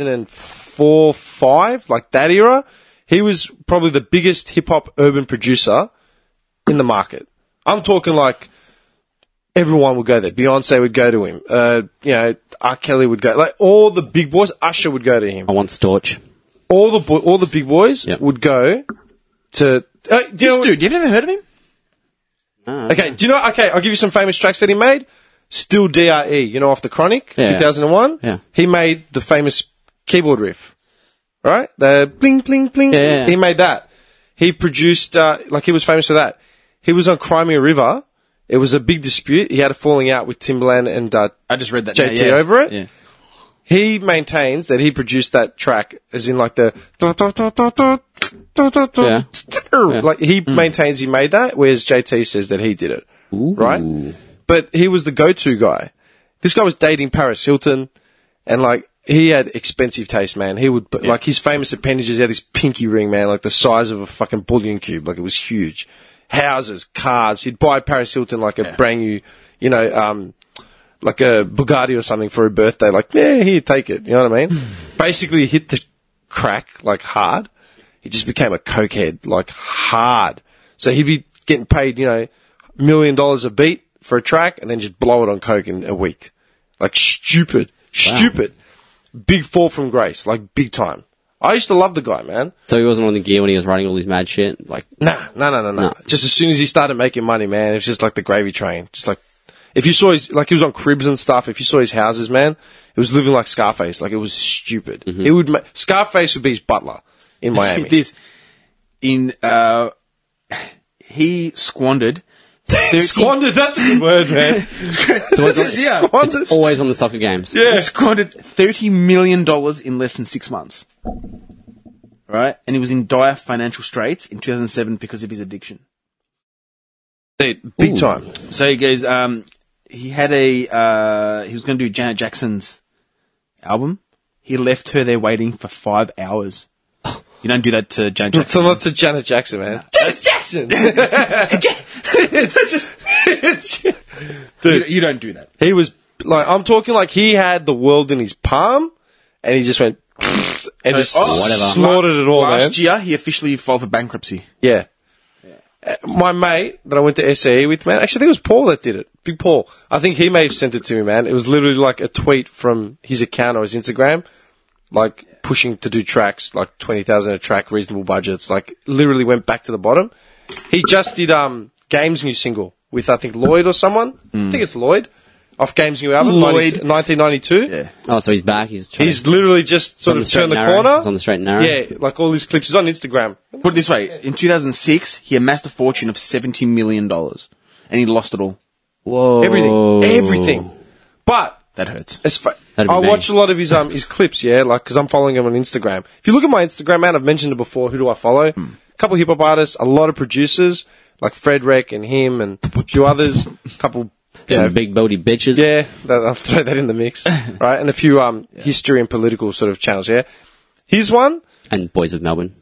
D: 2004, five, like that era, he was probably the biggest hip hop urban producer in the market. I'm talking like everyone would go there. Beyonce would go to him. Uh, you know, R. Kelly would go. Like all the big boys, Usher would go to him
C: I want Storch.
D: all the bo- all the big boys
C: Yep.
D: would go to. Uh, do you
E: This
D: know-
E: dude, you've never heard of him?
D: Okay, do you know? Okay, I'll give you some famous tracks that he made. Still Dre, you know, off the Chronic,
C: Yeah.
D: two thousand and one.
C: Yeah.
D: he made the famous keyboard riff, right? The bling bling bling.
C: Yeah, yeah.
D: He made that. He produced, uh, like, he was famous for that. He was on Crimea River. It was a big dispute. He had a falling out with Timbaland and uh,
E: I just read that.
D: JT
E: now, yeah.
D: over it?
E: Yeah.
D: he maintains that he produced that track as in like the like he maintains he made that whereas JT says that he did it right but he was the go-to guy this guy was dating Paris Hilton and like he had expensive taste man he would but like his famous appendages he had this pinky ring man like the size of a fucking bullion cube like it was huge houses cars he'd buy Paris Hilton like a brand new you know um like a Bugatti or something for her birthday. Like, yeah, here, take it. You know what I mean? Basically, he hit the crack like hard. He just became a cokehead like hard. So he'd be getting paid, you know, million dollars a beat for a track, and then just blow it on coke in a week. Like stupid, stupid. Big fall from grace, like big time. I used to love the guy, man.
C: So he wasn't on the gear when he was running all his mad shit. Like,
D: Nah, no, no, no, no.
C: No.
D: Just as soon as he started making money, man, it was just like the gravy train. Just like, if you saw his, like he was on cribs and stuff, if you saw his houses, man, it was living like Scarface. Like it was stupid. He would, ma- Scarface would be his butler in
E: (laughs)
D: Miami.
E: This in uh, (sighs) he
D: (laughs)
E: squandered. 13
D: Squandered, that's a good word, man.
C: so it's
E: Yeah.
D: Squandered.
C: always on the soccer games.
E: He squandered thirty million dollars in less than six months. Right, and he was in dire financial straits in 2007 because of his addiction.
D: Dude, big time. (laughs)
E: So he goes, um, he had a, uh, he was going to do Janet Jackson's album. He left her there waiting for five hours. You don't do that to Janet Jackson.
D: So not to Janet Jackson, man. Janet Jackson! (laughs) it's just, it's ju-
E: You, you don't do that.
D: he was, like, I'm talking like he had the world in his palm, and he just went, (laughs) and just
E: Oh,
C: whatever.
D: slaughtered it all, man.
E: Last year, he officially filed for bankruptcy.
D: Yeah. Uh, My mate that I went to SAE with, man, actually, I think it was Paul that did it. Big Paul. I think he may have sent it to me, man. It was literally like a tweet from his account or his Instagram, like pushing to do tracks, like 20,000 a track, reasonable budgets, like literally went back to the bottom. He just did, um, Game's new single with, I think, Lloyd or someone.
C: Hmm.
D: I think it's Lloyd. Off Game's new album,
E: Lloyd.
D: 90- 1992.
E: Yeah.
C: Oh, so he's back. He's trying
D: He's literally just sort
C: on the
D: of
C: straight
D: turned the
C: and narrow.
D: corner.
C: He's on the straight and narrow.
D: Yeah, like all his clips. He's on Instagram.
E: Put it this way, in 2006, he amassed a fortune of $70 million and he lost it all.
C: Whoa.
D: Everything. Everything. But
E: That hurts.
D: It's fu- I
C: Oh. That'd be me.
D: watch a lot of his um his clips, yeah, like because I'm following him on Instagram. If you look at my Instagram, man, I've mentioned it before. Who do I follow?
C: Hmm.
D: A couple hip hop artists, a lot of producers like Fred Rec and him, and a few others. A couple, you
C: Some
D: know,
C: big body bitches.
D: yeah, that, I'll throw that in
C: (laughs)
D: the mix, right? And a few um history and political sort of channels, yeah. His one,
C: And boys of Melbourne.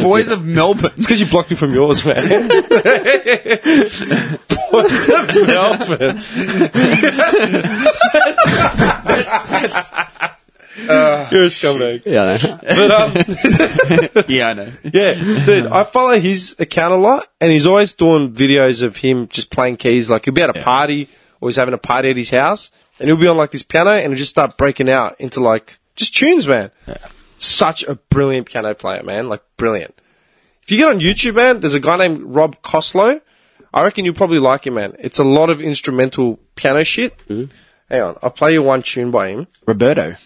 E: Boys of Melbourne.
D: it's because you blocked me from yours, man. Boys of Melbourne. You're a scumbag.
C: Yeah. I know.
D: But um,
E: (laughs) yeah, I know.
D: Yeah, dude, I follow his account a lot, and he's always doing videos of him just playing keys. Like he'll be at a party, or he's having a party at his house, and he'll be on like this piano, and he'll just start breaking out into like just tunes, man. Such a brilliant piano player, man. Like brilliant. If you get on YouTube, man, there's a guy named Rob Coslow. I reckon you'll probably like him, man. It's a lot of instrumental piano shit. Hang on, I'll play you one tune by him.
E: Roberto.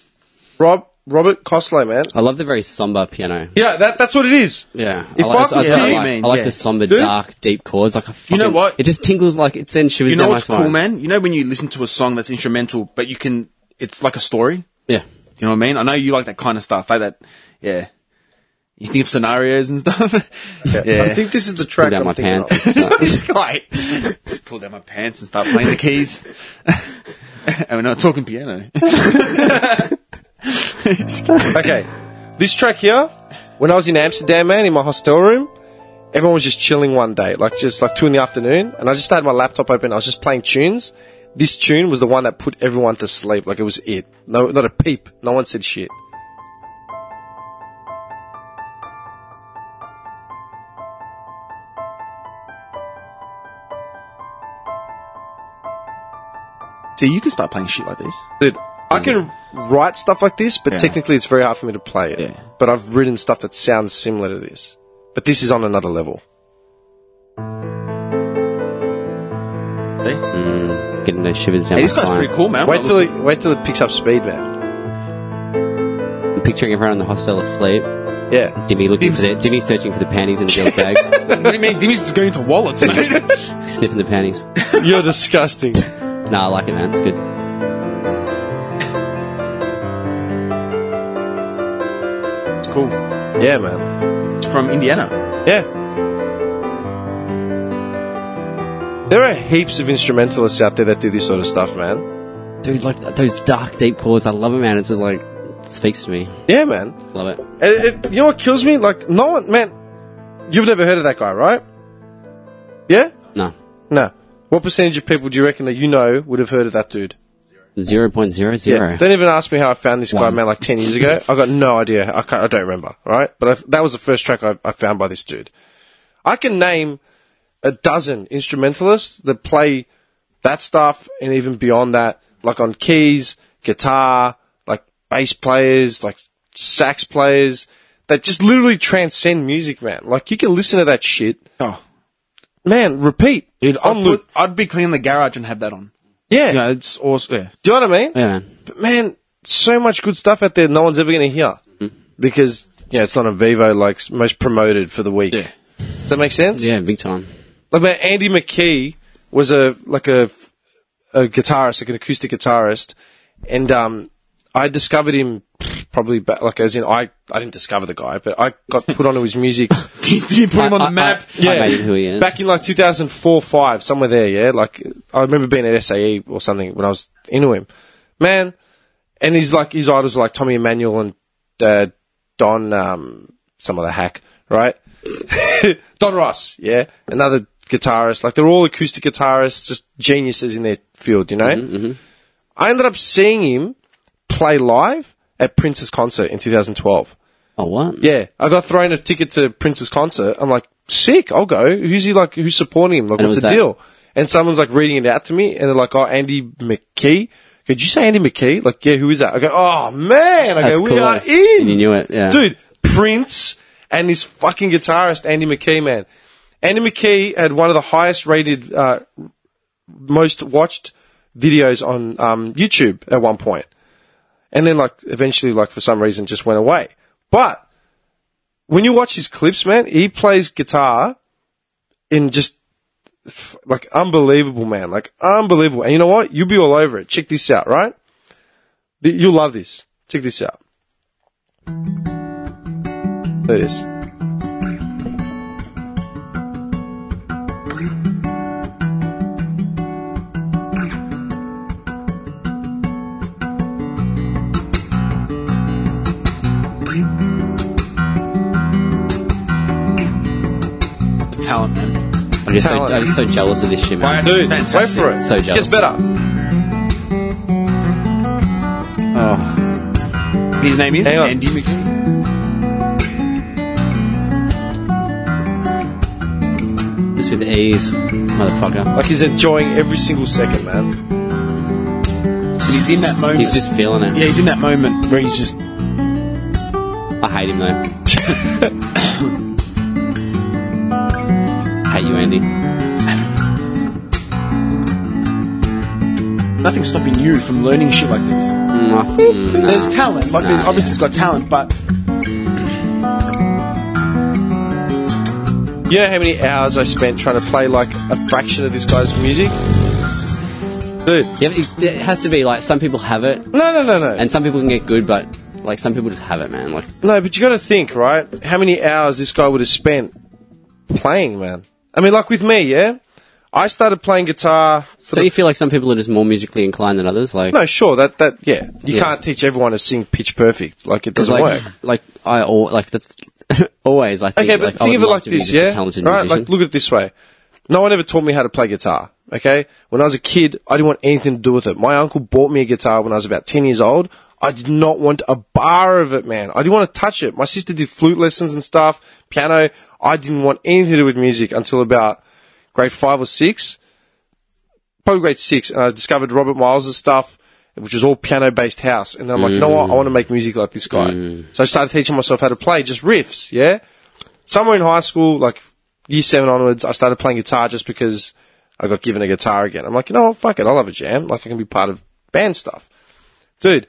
D: Rob Robert Coslow, man.
C: I love the very somber piano.
D: Yeah, that, that's what it is.
C: Oh. Yeah.
D: If
C: I like,
D: I-
C: I,
D: yeah,
C: I,
D: you
C: like,
E: mean,
C: I like
E: yeah.
C: the somber,
D: Dude.
C: dark, deep chords. Like, I fucking,
E: know what?
C: It just tingles like it sends shivers
E: You know
C: down
E: what's
C: my
E: cool,
C: spine.
E: man? You know when you listen to a song that's instrumental, but you can, it's like a story? You
C: Yeah.
E: know what I mean? I know you like that kind of stuff, like that. Yeah. You think of scenarios and stuff. (laughs) Yeah.
D: I think this is the track
C: Pull down
D: I'm
C: my
D: thinking
C: pants.
D: of.
C: and stuff.
E: this guy. Just pull down my pants and start playing the keys. (laughs) and we're not talking piano. (laughs)
D: Okay. This track here, when I was in Amsterdam, man, in my hostel room, everyone was just chilling one day, like just like two in the afternoon, and I just had my laptop open. I was just playing tunes. This tune was the one that put everyone to sleep. Like it was it. No, not a peep. No one said shit.
E: See, you can start playing shit like this.
D: Dude, I can write stuff like this, but
E: Yeah.
D: technically it's very hard for me to play it.
E: Yeah.
D: But I've written stuff that sounds similar to this. But this is on another level.
C: Getting those shivers down
E: Hey,
C: my
E: this guy's
C: spine.
E: pretty cool, man. (laughs)
D: Wait till it, wait till it picks up speed, man.
C: I'm picturing everyone in the hostel asleep.
D: Yeah.
C: (laughs) Dimmy looking
E: Dim's-
C: for the, Dimmy searching for the panties in the girls'
E: (laughs)
C: bags,
E: what do you mean? Dimmy's going to wallets, man.
C: sniffing the panties.
D: You're disgusting.
C: Nah, I like it, man. It's good.
E: (laughs) it's cool.
D: Yeah, man.
E: It's from Indiana.
D: Yeah. There are heaps of instrumentalists out there that do this sort of stuff, man.
C: Dude, like th- those dark, deep chords, I love it, man. It's just like it speaks to me.
D: Yeah, man.
C: Love it.
D: And it, you know what kills me? Like, no one, man. You've never heard of that guy, right? Yeah?
C: No,
D: No. What percentage of people do you reckon that you know would have heard of that dude?
C: zero point zero zero.
D: Don't even ask me how I found this guy,
C: One.
D: man, like 10 years
E: (laughs)
D: ago. I got no idea. I, can't, I don't remember, right? But I, that was the first track I, I found by this dude. I can name a dozen instrumentalists that play that stuff and even beyond that, like on keys, guitar, like bass players, like sax players that just literally transcend music, man. Like you can listen to that shit,
E: Oh,
D: man. Repeat,
E: dude, I'd,
D: on loop.
E: put, I'd be cleaning the garage and have that on.
D: Yeah,
E: Yeah, it's awesome. (laughs) Yeah.
D: do you know what I mean?
C: Oh, Yeah, man.
D: But man, so much good stuff out there. No one's ever going to hear because yeah, it's not on Vivo like s- most promoted for the week.
E: Yeah.
D: Does that make sense?
C: Yeah, big time.
D: Like man, Andy McKee was a like a a guitarist, like an acoustic guitarist, and um, I discovered him probably back, like as in I I didn't discover the guy, but I got put onto his music.
E: you put him on the
C: I- I-
E: map?
C: I- I made it who he is.
D: Back in like 2004, 5, somewhere there, yeah. Like, I remember being at SAE or something when I was into him. Man, and he's like, his idols were like Tommy Emmanuel and uh, Don, um, some other hack, right? (laughs) Don Ross, yeah. Another guitarist. Like, they're all acoustic guitarists, just geniuses in their field, you know?
C: Mm-hmm,
D: I ended up seeing him play live at Prince's concert in 2012.
C: Oh, what?
D: Yeah, I got thrown a ticket to Prince's concert. I'm like, sick, I'll go. Who's he like? Who's supporting him? Like,
C: And it
D: what's
C: was
D: the
C: that-
D: deal? And someone's like reading it out to me, and they're like, oh, Andy McKee. I go, Did you say Andy McKee? Like, yeah, who is that? I go, oh man. I
C: That's
D: go, we
C: cool.
D: are in.
C: And you knew it, yeah.
D: Dude, Prince and this fucking guitarist, Andy McKee, man. Andy McKee had one of the highest rated, uh, most watched videos on um, YouTube at one point. And then, like, eventually, like, for some reason, just went away. But when you watch his clips, man, he plays guitar in just f- like unbelievable, man, like unbelievable. And you know what? You'll be all over it. Check this out, right? Th- You'll love this. Check this out. There it is.
E: Talent, man.
C: I'm just so,
D: Talent.
C: I'm so jealous of this shit, man.
D: Dude, wait for it.
C: So jealous.
D: Gets better.
E: His name is
D: Hang on.
E: Andy McKee.
C: Just with ease, motherfucker.
D: Like he's enjoying every single second, man.
E: He's in that moment.
C: He's just feeling it.
E: yeah, he's in that moment where he's just
C: I hate him though. hate you, Andy.
E: nothing's stopping you from learning shit like this.
C: Mm, I- mm, nah.
E: There's talent. Like,
C: Nah,
E: there's obviously,
C: yeah.
E: it's got talent, but
D: You know how many hours I spent trying to play like a fraction of this guy's music? Dude.
C: Yeah, but it, it has to be like some people have it,
D: No, no, no, no.
C: and some people can get good, but like some people just have it, man. Like
D: No, but you got to think, right? How many hours this guy would have spent playing, man? I mean, like with me, yeah. I started playing guitar. For
C: Don't
D: the,
C: you feel like some people are just more musically inclined than others? Like,
D: no, sure, that that yeah. You
C: Yeah.
D: can't teach everyone to sing pitch perfect. Like it
C: 'cause,
D: doesn't
C: like,
D: work.
C: like I al- like that's (laughs) always I think.
D: Okay, but
C: like, I
D: think
C: would
D: of it
C: love
D: like
C: to be
D: this,
C: just a
D: yeah?
C: Talented
D: Right?
C: musician.
D: Like, look at it this way. No one ever taught me how to play guitar, okay? When I was a kid, I didn't want anything to do with it. My uncle bought me a guitar when I was about 10 years old. I did not want a bar of it, man. I didn't want to touch it. My sister did flute lessons and stuff, piano. I didn't want anything to do with music until about grade five or six. Probably grade six, and I discovered Robert Miles' stuff, which was all piano based house. And then I'm like, you know what? I
C: Mm.
D: want to make music like this guy. So I started teaching myself how to play just riffs, yeah? somewhere in high school, like year seven onwards, I started playing guitar just because I got given a guitar again. I'm like, you know what, fuck it, I'll have a jam. Like I can be part of band stuff. Dude,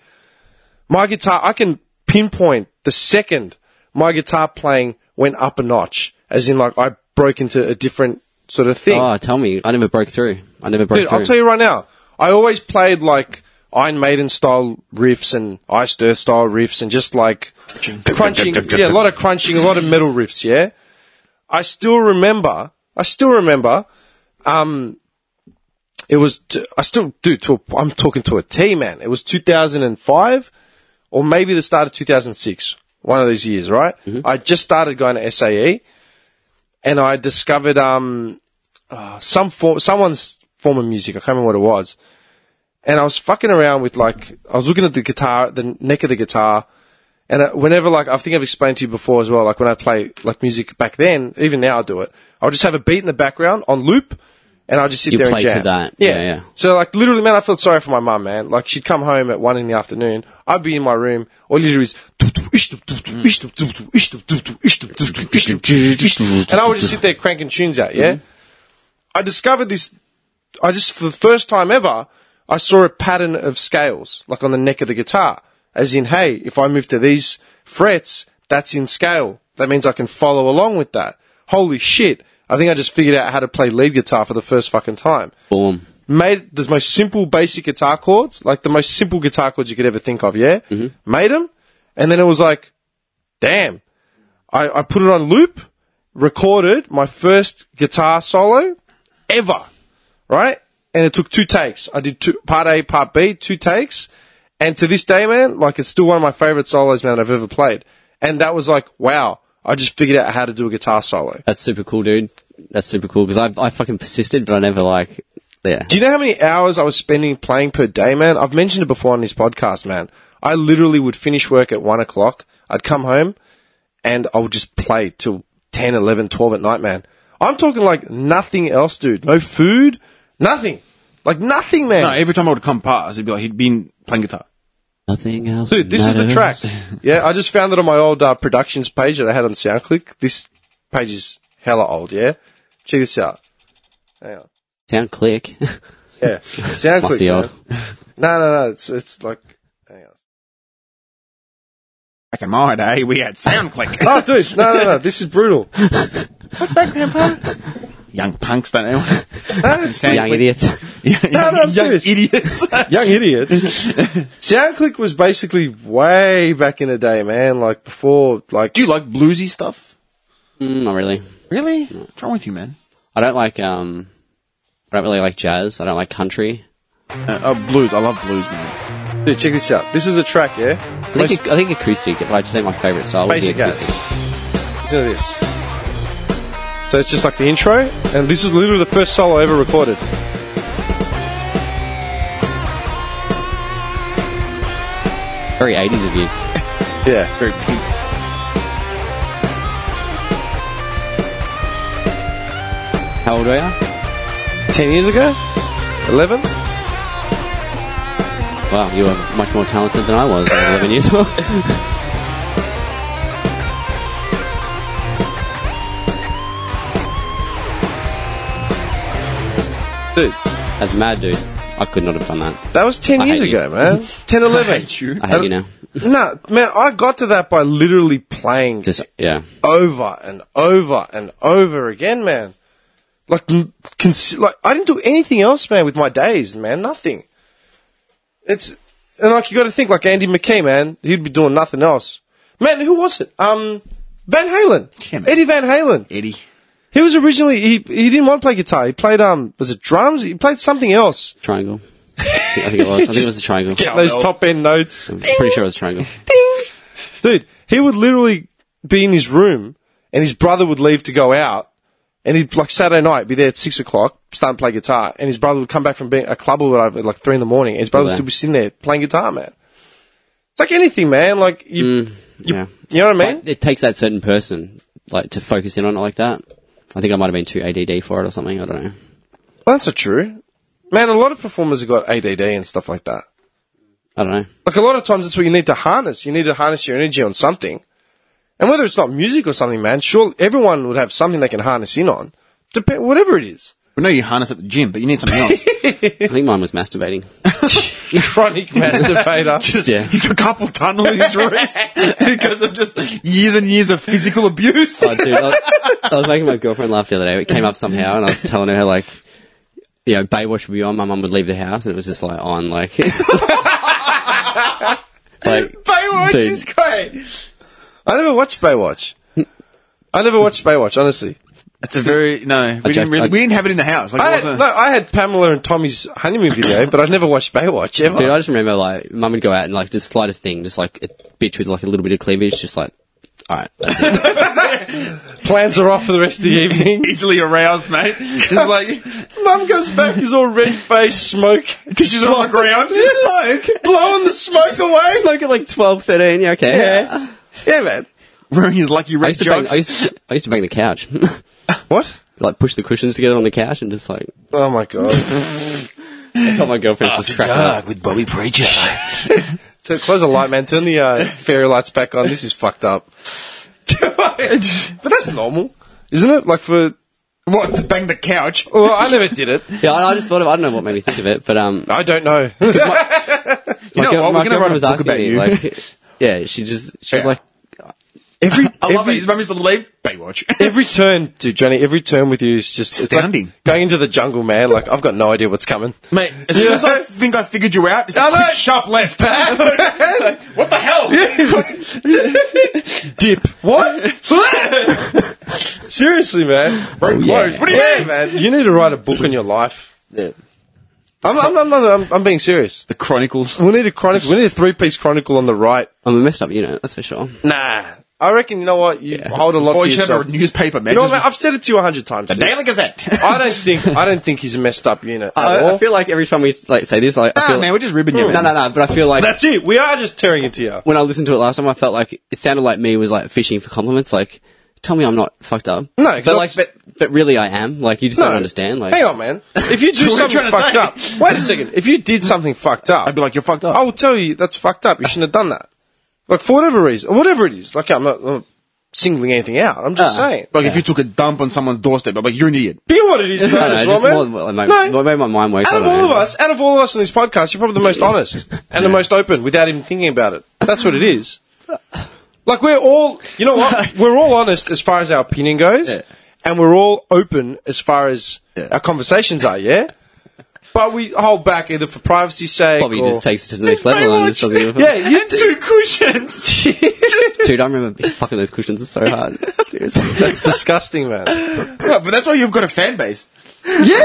D: my guitar, I can pinpoint the second my guitar playing went up a notch, as in like I broke into a different sort of thing.
C: oh, tell me, I never broke through. I never broke
D: Dude,
C: through.
D: I'll tell you right now. I always played like Iron Maiden style riffs and Iced Earth style riffs and just like crunching. yeah, a lot of crunching, a lot of metal riffs. Yeah, I still remember. I still remember. Um, it was. T- I still do. To a, I'm talking to a T man. It was 2005, or maybe the start of 2006. One of those years, right? I just started going to SAE, and I discovered um, some form, someone's form of music. I can't remember what it was. And I was fucking around with like, I was looking at the guitar, the neck of the guitar. And uh, whenever like, I think I've explained to you before as well, like when I play like music back then, even now I do it, I'll just have a beat in the background on loop and I'll just sit
C: You
D: there and
C: play to
D: jam.
C: that. Yeah, yeah.
D: So like literally, man, I felt sorry for my mum, man. Like she'd come home at one in the afternoon. I'd be in my room. All you do is, and I would just sit there cranking tunes out. Yeah. I discovered this. I just for the first time ever, I saw a pattern of scales like on the neck of the guitar. As in, hey, if I move to these frets, that's in scale. That means I can follow along with that. Holy shit! I think I just figured out how to play lead guitar for the first fucking time
C: Boom.
D: made the most simple basic guitar chords, like the most simple guitar chords you could ever think of, yeah? Mm-hmm. Made them, and then it was like, damn. I, I put it on loop, recorded my first guitar solo ever, right? And it took two takes. I did two, part A, part B, two takes. And to this day, man, like it's still one of my favorite solos, man, I've ever played. And that was like, wow, I just figured out how to do a guitar solo.
C: That's super cool, dude. That's super cool because I, I fucking persisted, but I never like, yeah.
D: Do you know how many hours I was spending playing per day, man? I've mentioned it before on this podcast, man. I literally would finish work at one o'clock. I'd come home and I would just play till 10, 11, 12 at night, man. I'm talking like nothing else, dude. No food, nothing. Like nothing, man.
E: No, every time I would come past, it'd be like he'd been playing guitar.
C: Nothing else.
D: Dude, this is the track.
C: matters.
D: Yeah, I just found it on my old uh, productions page that I had on SoundClick. This page is hella old, yeah? Check this out. Hang on.
C: Sound click. (laughs)
D: Yeah. SoundClick.
C: Must be
D: man.
C: old.
D: No, no, no. It's, it's like, hang on.
E: Back in my day, we had SoundClick.
D: (laughs) Oh, dude, no, no, no. This
C: (laughs)
D: is brutal.
E: Young punks don't know. SoundClick.
C: Young idiots.
E: (laughs)
D: No, no, I'm
E: Young
D: serious.
E: idiots. (laughs)
C: (laughs)
D: Young idiots. SoundClick was basically way back in the day, man. Like before, like
E: Do you like bluesy stuff?
C: (laughs) Mm, not really.
E: Really? What's wrong with you, man?
C: I don't like, um, I don't really like jazz. I don't like country.
E: Uh, oh, blues. I love blues, man.
D: dude, check this out. This is a track, yeah.
C: I think, I think acoustic, but I just say my favourite style would be
D: Basic as.
C: acoustic.
D: Listen to this. So it's just like the intro, and this is literally the first solo I ever recorded.
C: Very 80s of you.
D: Yeah, very
C: How old are you?
D: ten years ago, eleven.
C: Wow, you were much more talented than I was at 11 years old. (laughs)
D: Dude,
C: That's mad, dude. I could not have done that.
D: that was ten
C: I
D: years
C: hate
D: ago,
C: you. (laughs)
D: man. 10, 11.
E: you.
C: I hate you now.
D: No, man, I got to that by literally playing
C: Just, yeah.
D: over and over and over again, man. Like, n- cons- like I didn't do anything else, man, with my days, man. Nothing. It's and like you got to think, like Andy McKee, man. He'd be doing nothing else, man. Who was it? Um, Van Halen.
E: Yeah, man.
D: Eddie Van Halen.
E: Eddie.
D: He was originally he he didn't want to play guitar. He played um was it drums? He played something else.
C: Triangle. I think it was. I think it was a triangle.
D: Those top end notes.
C: I'm pretty sure it was triangle.
D: Dude, he would literally be in his room and his brother would leave to go out. And he'd, like, Saturday night, be there at six o'clock, start and play guitar. And his brother would come back from being a club or whatever at like three in the morning. And his brother would
C: Okay.
D: still be sitting there playing guitar, man. It's like anything, man. Like, you,
C: Yeah.
D: you know what I mean?
C: But it takes that certain person, like, to focus in on it like that. I think I might have been too ADD for it or something. I don't know.
D: Well, that's not true. Man, a lot of performers have got ADD and stuff like that.
C: I don't know.
D: Like, a lot of times, that's what you need to harness. You need to harness your energy on something. And whether it's not music or something, man, sure, everyone would have something they can harness in on. Dep- whatever it is.
E: We know you harness at the gym, but you need something else.
C: I think mine was masturbating.
D: Chronic masturbator.
C: yeah.
E: He's got carpal tunnel in his wrist because of just years and years of physical abuse. (laughs)
C: Oh, dude, I, was, I was making my girlfriend laugh the other day. It came up somehow, and I was telling her like, you know, Baywatch would be on. My mum would leave the house, and it was just like on, like, (laughs) like
E: Baywatch
C: Dude.
E: is great.
D: I never watched Baywatch. I never watched Baywatch, honestly.
E: It's a very no. We
C: joke-
E: didn't really.
C: I-
E: We didn't have it in the house. Like,
D: I
E: it
D: had,
E: wasn't,
D: no, I had Pamela and Tommy's honeymoon video, but I never watched Baywatch ever.
C: Dude, I just remember like mum would go out and like the slightest thing, just like a bitch with like a little bit of cleavage, just like, all right, that's it.
D: Plans are off for the rest of (laughs) the evening.
E: easily aroused, mate. Just
D: (laughs)
E: like
D: Mum goes back, he's all red faced, smoke,
E: tissues on the ground.
D: (laughs) smoke, blowing the smoke
C: (laughs)
D: away.
C: smoke at like 12, 13, yeah, okay.
D: Yeah, man.
E: Wearing his lucky
C: I
E: red
C: used to bang, I
E: jokes.
C: used, I used to bang the couch. (laughs)
D: What?
C: like push the cushions together on the couch and just like
D: Oh my god.
C: I told my girlfriend to just crack up.
H: with Bobby Preacher.
D: Turn, close the light, man. Turn the uh, fairy lights back on. This is fucked (laughs) up. but that's normal, isn't it? Like for
E: (laughs) What, to bang the couch?
D: well, I never did (laughs) it.
C: Yeah, I I just thought of I don't know what made me think of it, but um,
D: I don't (laughs) know.
C: my,
E: know
C: girl-
E: what,
C: my
E: we're gonna
C: girlfriend
E: write a
C: was
E: book
C: asking
E: about
C: me
E: you.
C: (laughs) like, yeah, she just she was
E: Yeah.
C: like,
E: Every, I love
D: every-
E: it. His mum used to leave (laughs) Baywatch.
D: every turn, dude, Johnny. Every turn with you is just it's like
E: Astounding.
D: going into the jungle, man. Like I've got no idea what's coming.
E: Mate, as soon as (laughs) I think I figured you out, it's a
D: I know.
E: quick, sharp (laughs) left. Like, what the hell?
D: (laughs) Dip. What? (laughs) Seriously, man. Oh,
E: Bro, close. What do you
D: Yeah,
E: mean?
D: man. You need to write a book on your life.
E: Yeah.
D: I'm, I'm, I'm, not- I'm, I'm being serious.
E: The Chronicles.
D: We need a chronicle. We need a three-piece chronicle on the right.
C: I'm a messed up unit, that's for sure.
D: Nah. I reckon you know what you hold a lot
E: Or
D: to
E: you should
D: yourself.
E: have a newspaper, man.
D: You know what,
E: Just-
D: mate? I've said it to you a hundred times.
E: the
D: dude.
E: Daily Gazette.
D: I don't think I don't think he's a messed up unit
C: (laughs)
D: at
C: I,
D: all.
C: I feel like every time we like say this, like, I
E: Nah,
C: feel, Hmm.
E: man, we're just ribbing you,
C: no,
E: man.
C: no, no, but I feel like
D: That's it. We are just tearing into you.
C: when I listened to it last time, I felt like it sounded like me was like fishing for compliments. Like, tell me I'm not fucked up.
D: No, 'cause
C: but like,
D: I'm-
C: but, but really I am. Like, you just don't understand. Like,
D: hang on, man. If you do
E: That's what
D: something
E: we're
D: fucked
E: trying
D: up,
E: to say.
D: wait a second. If you did something fucked
E: (laughs)
D: up,
E: I'd be like, you're fucked
D: I
E: up.
D: will tell you that's fucked up. You shouldn't have done that. Like for whatever reason, whatever it is. Like I'm not, I'm not singling anything out. I'm just
C: Uh,
D: saying.
E: Like if you took a dump on someone's doorstep, I'm like, you're an idiot.
D: Be what it is,
C: (laughs) (laughs)
D: though,
C: I
D: as
C: don't know,
D: well,
C: just
D: man.
C: more, than what- like,
D: no,
C: what made my mind works.
D: out of all of us, out of all of us on this podcast, you're probably the most honest and the most open without even thinking about it. That's what it is. Like we're all, you know what? We're all honest as far as our opinion goes,
C: Yeah.
D: and we're all open as far as our conversations are. Yeah, but we hold back either for privacy's sake.
C: Bobby
D: or-
C: just takes it to the next level and just doesn't give a fuck.
D: (laughs)
C: (laughs)
D: yeah, you two cushions.
C: Dude, I remember fucking those cushions are so hard. (laughs) Seriously.
D: That's disgusting, man.
E: (laughs) Yeah, but that's why you've got a fan base.
D: Yeah,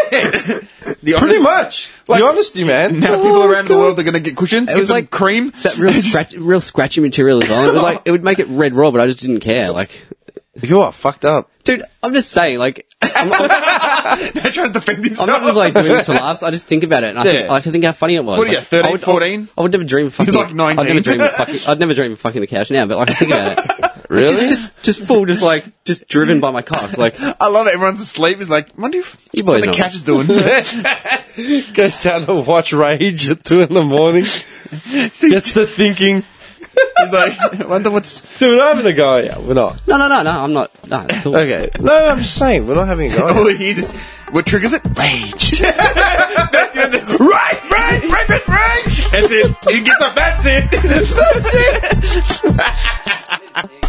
E: The
D: pretty
E: honest-
D: much. the honesty, man.
E: Now people around the world are going to get cushions. Oh It
C: was like-
E: cream. (laughs)
C: That (laughs) real scratch, real scratchy material as well. It would, like, it would make it red raw, but I just didn't care. Like,
D: You are fucked up.
C: dude, I'm just saying, (laughs) like, I'm, I'm,
E: They're trying to defend
C: I'm
E: himself.
C: not just like doing this for laughs. I just think about it, and I, think,
E: Yeah.
C: I think how funny it was.
E: What are you,
C: Like,
E: 13,
C: I would,
E: 14?
C: I would never dream of fucking.
E: You're like
C: I'd
E: 19.
C: never dream of fucking. I'd never dream of fucking the couch now, but like I think
D: (laughs)
C: about it.
D: Really?
C: Just, just, just full, just like, just driven by my cock. Like,
E: I love it. Everyone's asleep. It's like, wonder if
C: You
E: what
C: boys
E: the
C: know.
E: couch is (laughs) doing. It's
D: (laughs) Goes down to watch Rage at two in the morning. Gets the thinking.
E: (laughs) like, wonder what's.
D: Dude, we're not having a go. Yeah, we're not.
C: no, no, no, no, I'm not. No, it's cool.
D: Okay. No, I'm just saying, we're not having a go.
E: All he hears is, what triggers it? Rage. (laughs) That's it. That's- right, right, right, right, rage. That's it. He gets up. That's it. that's it.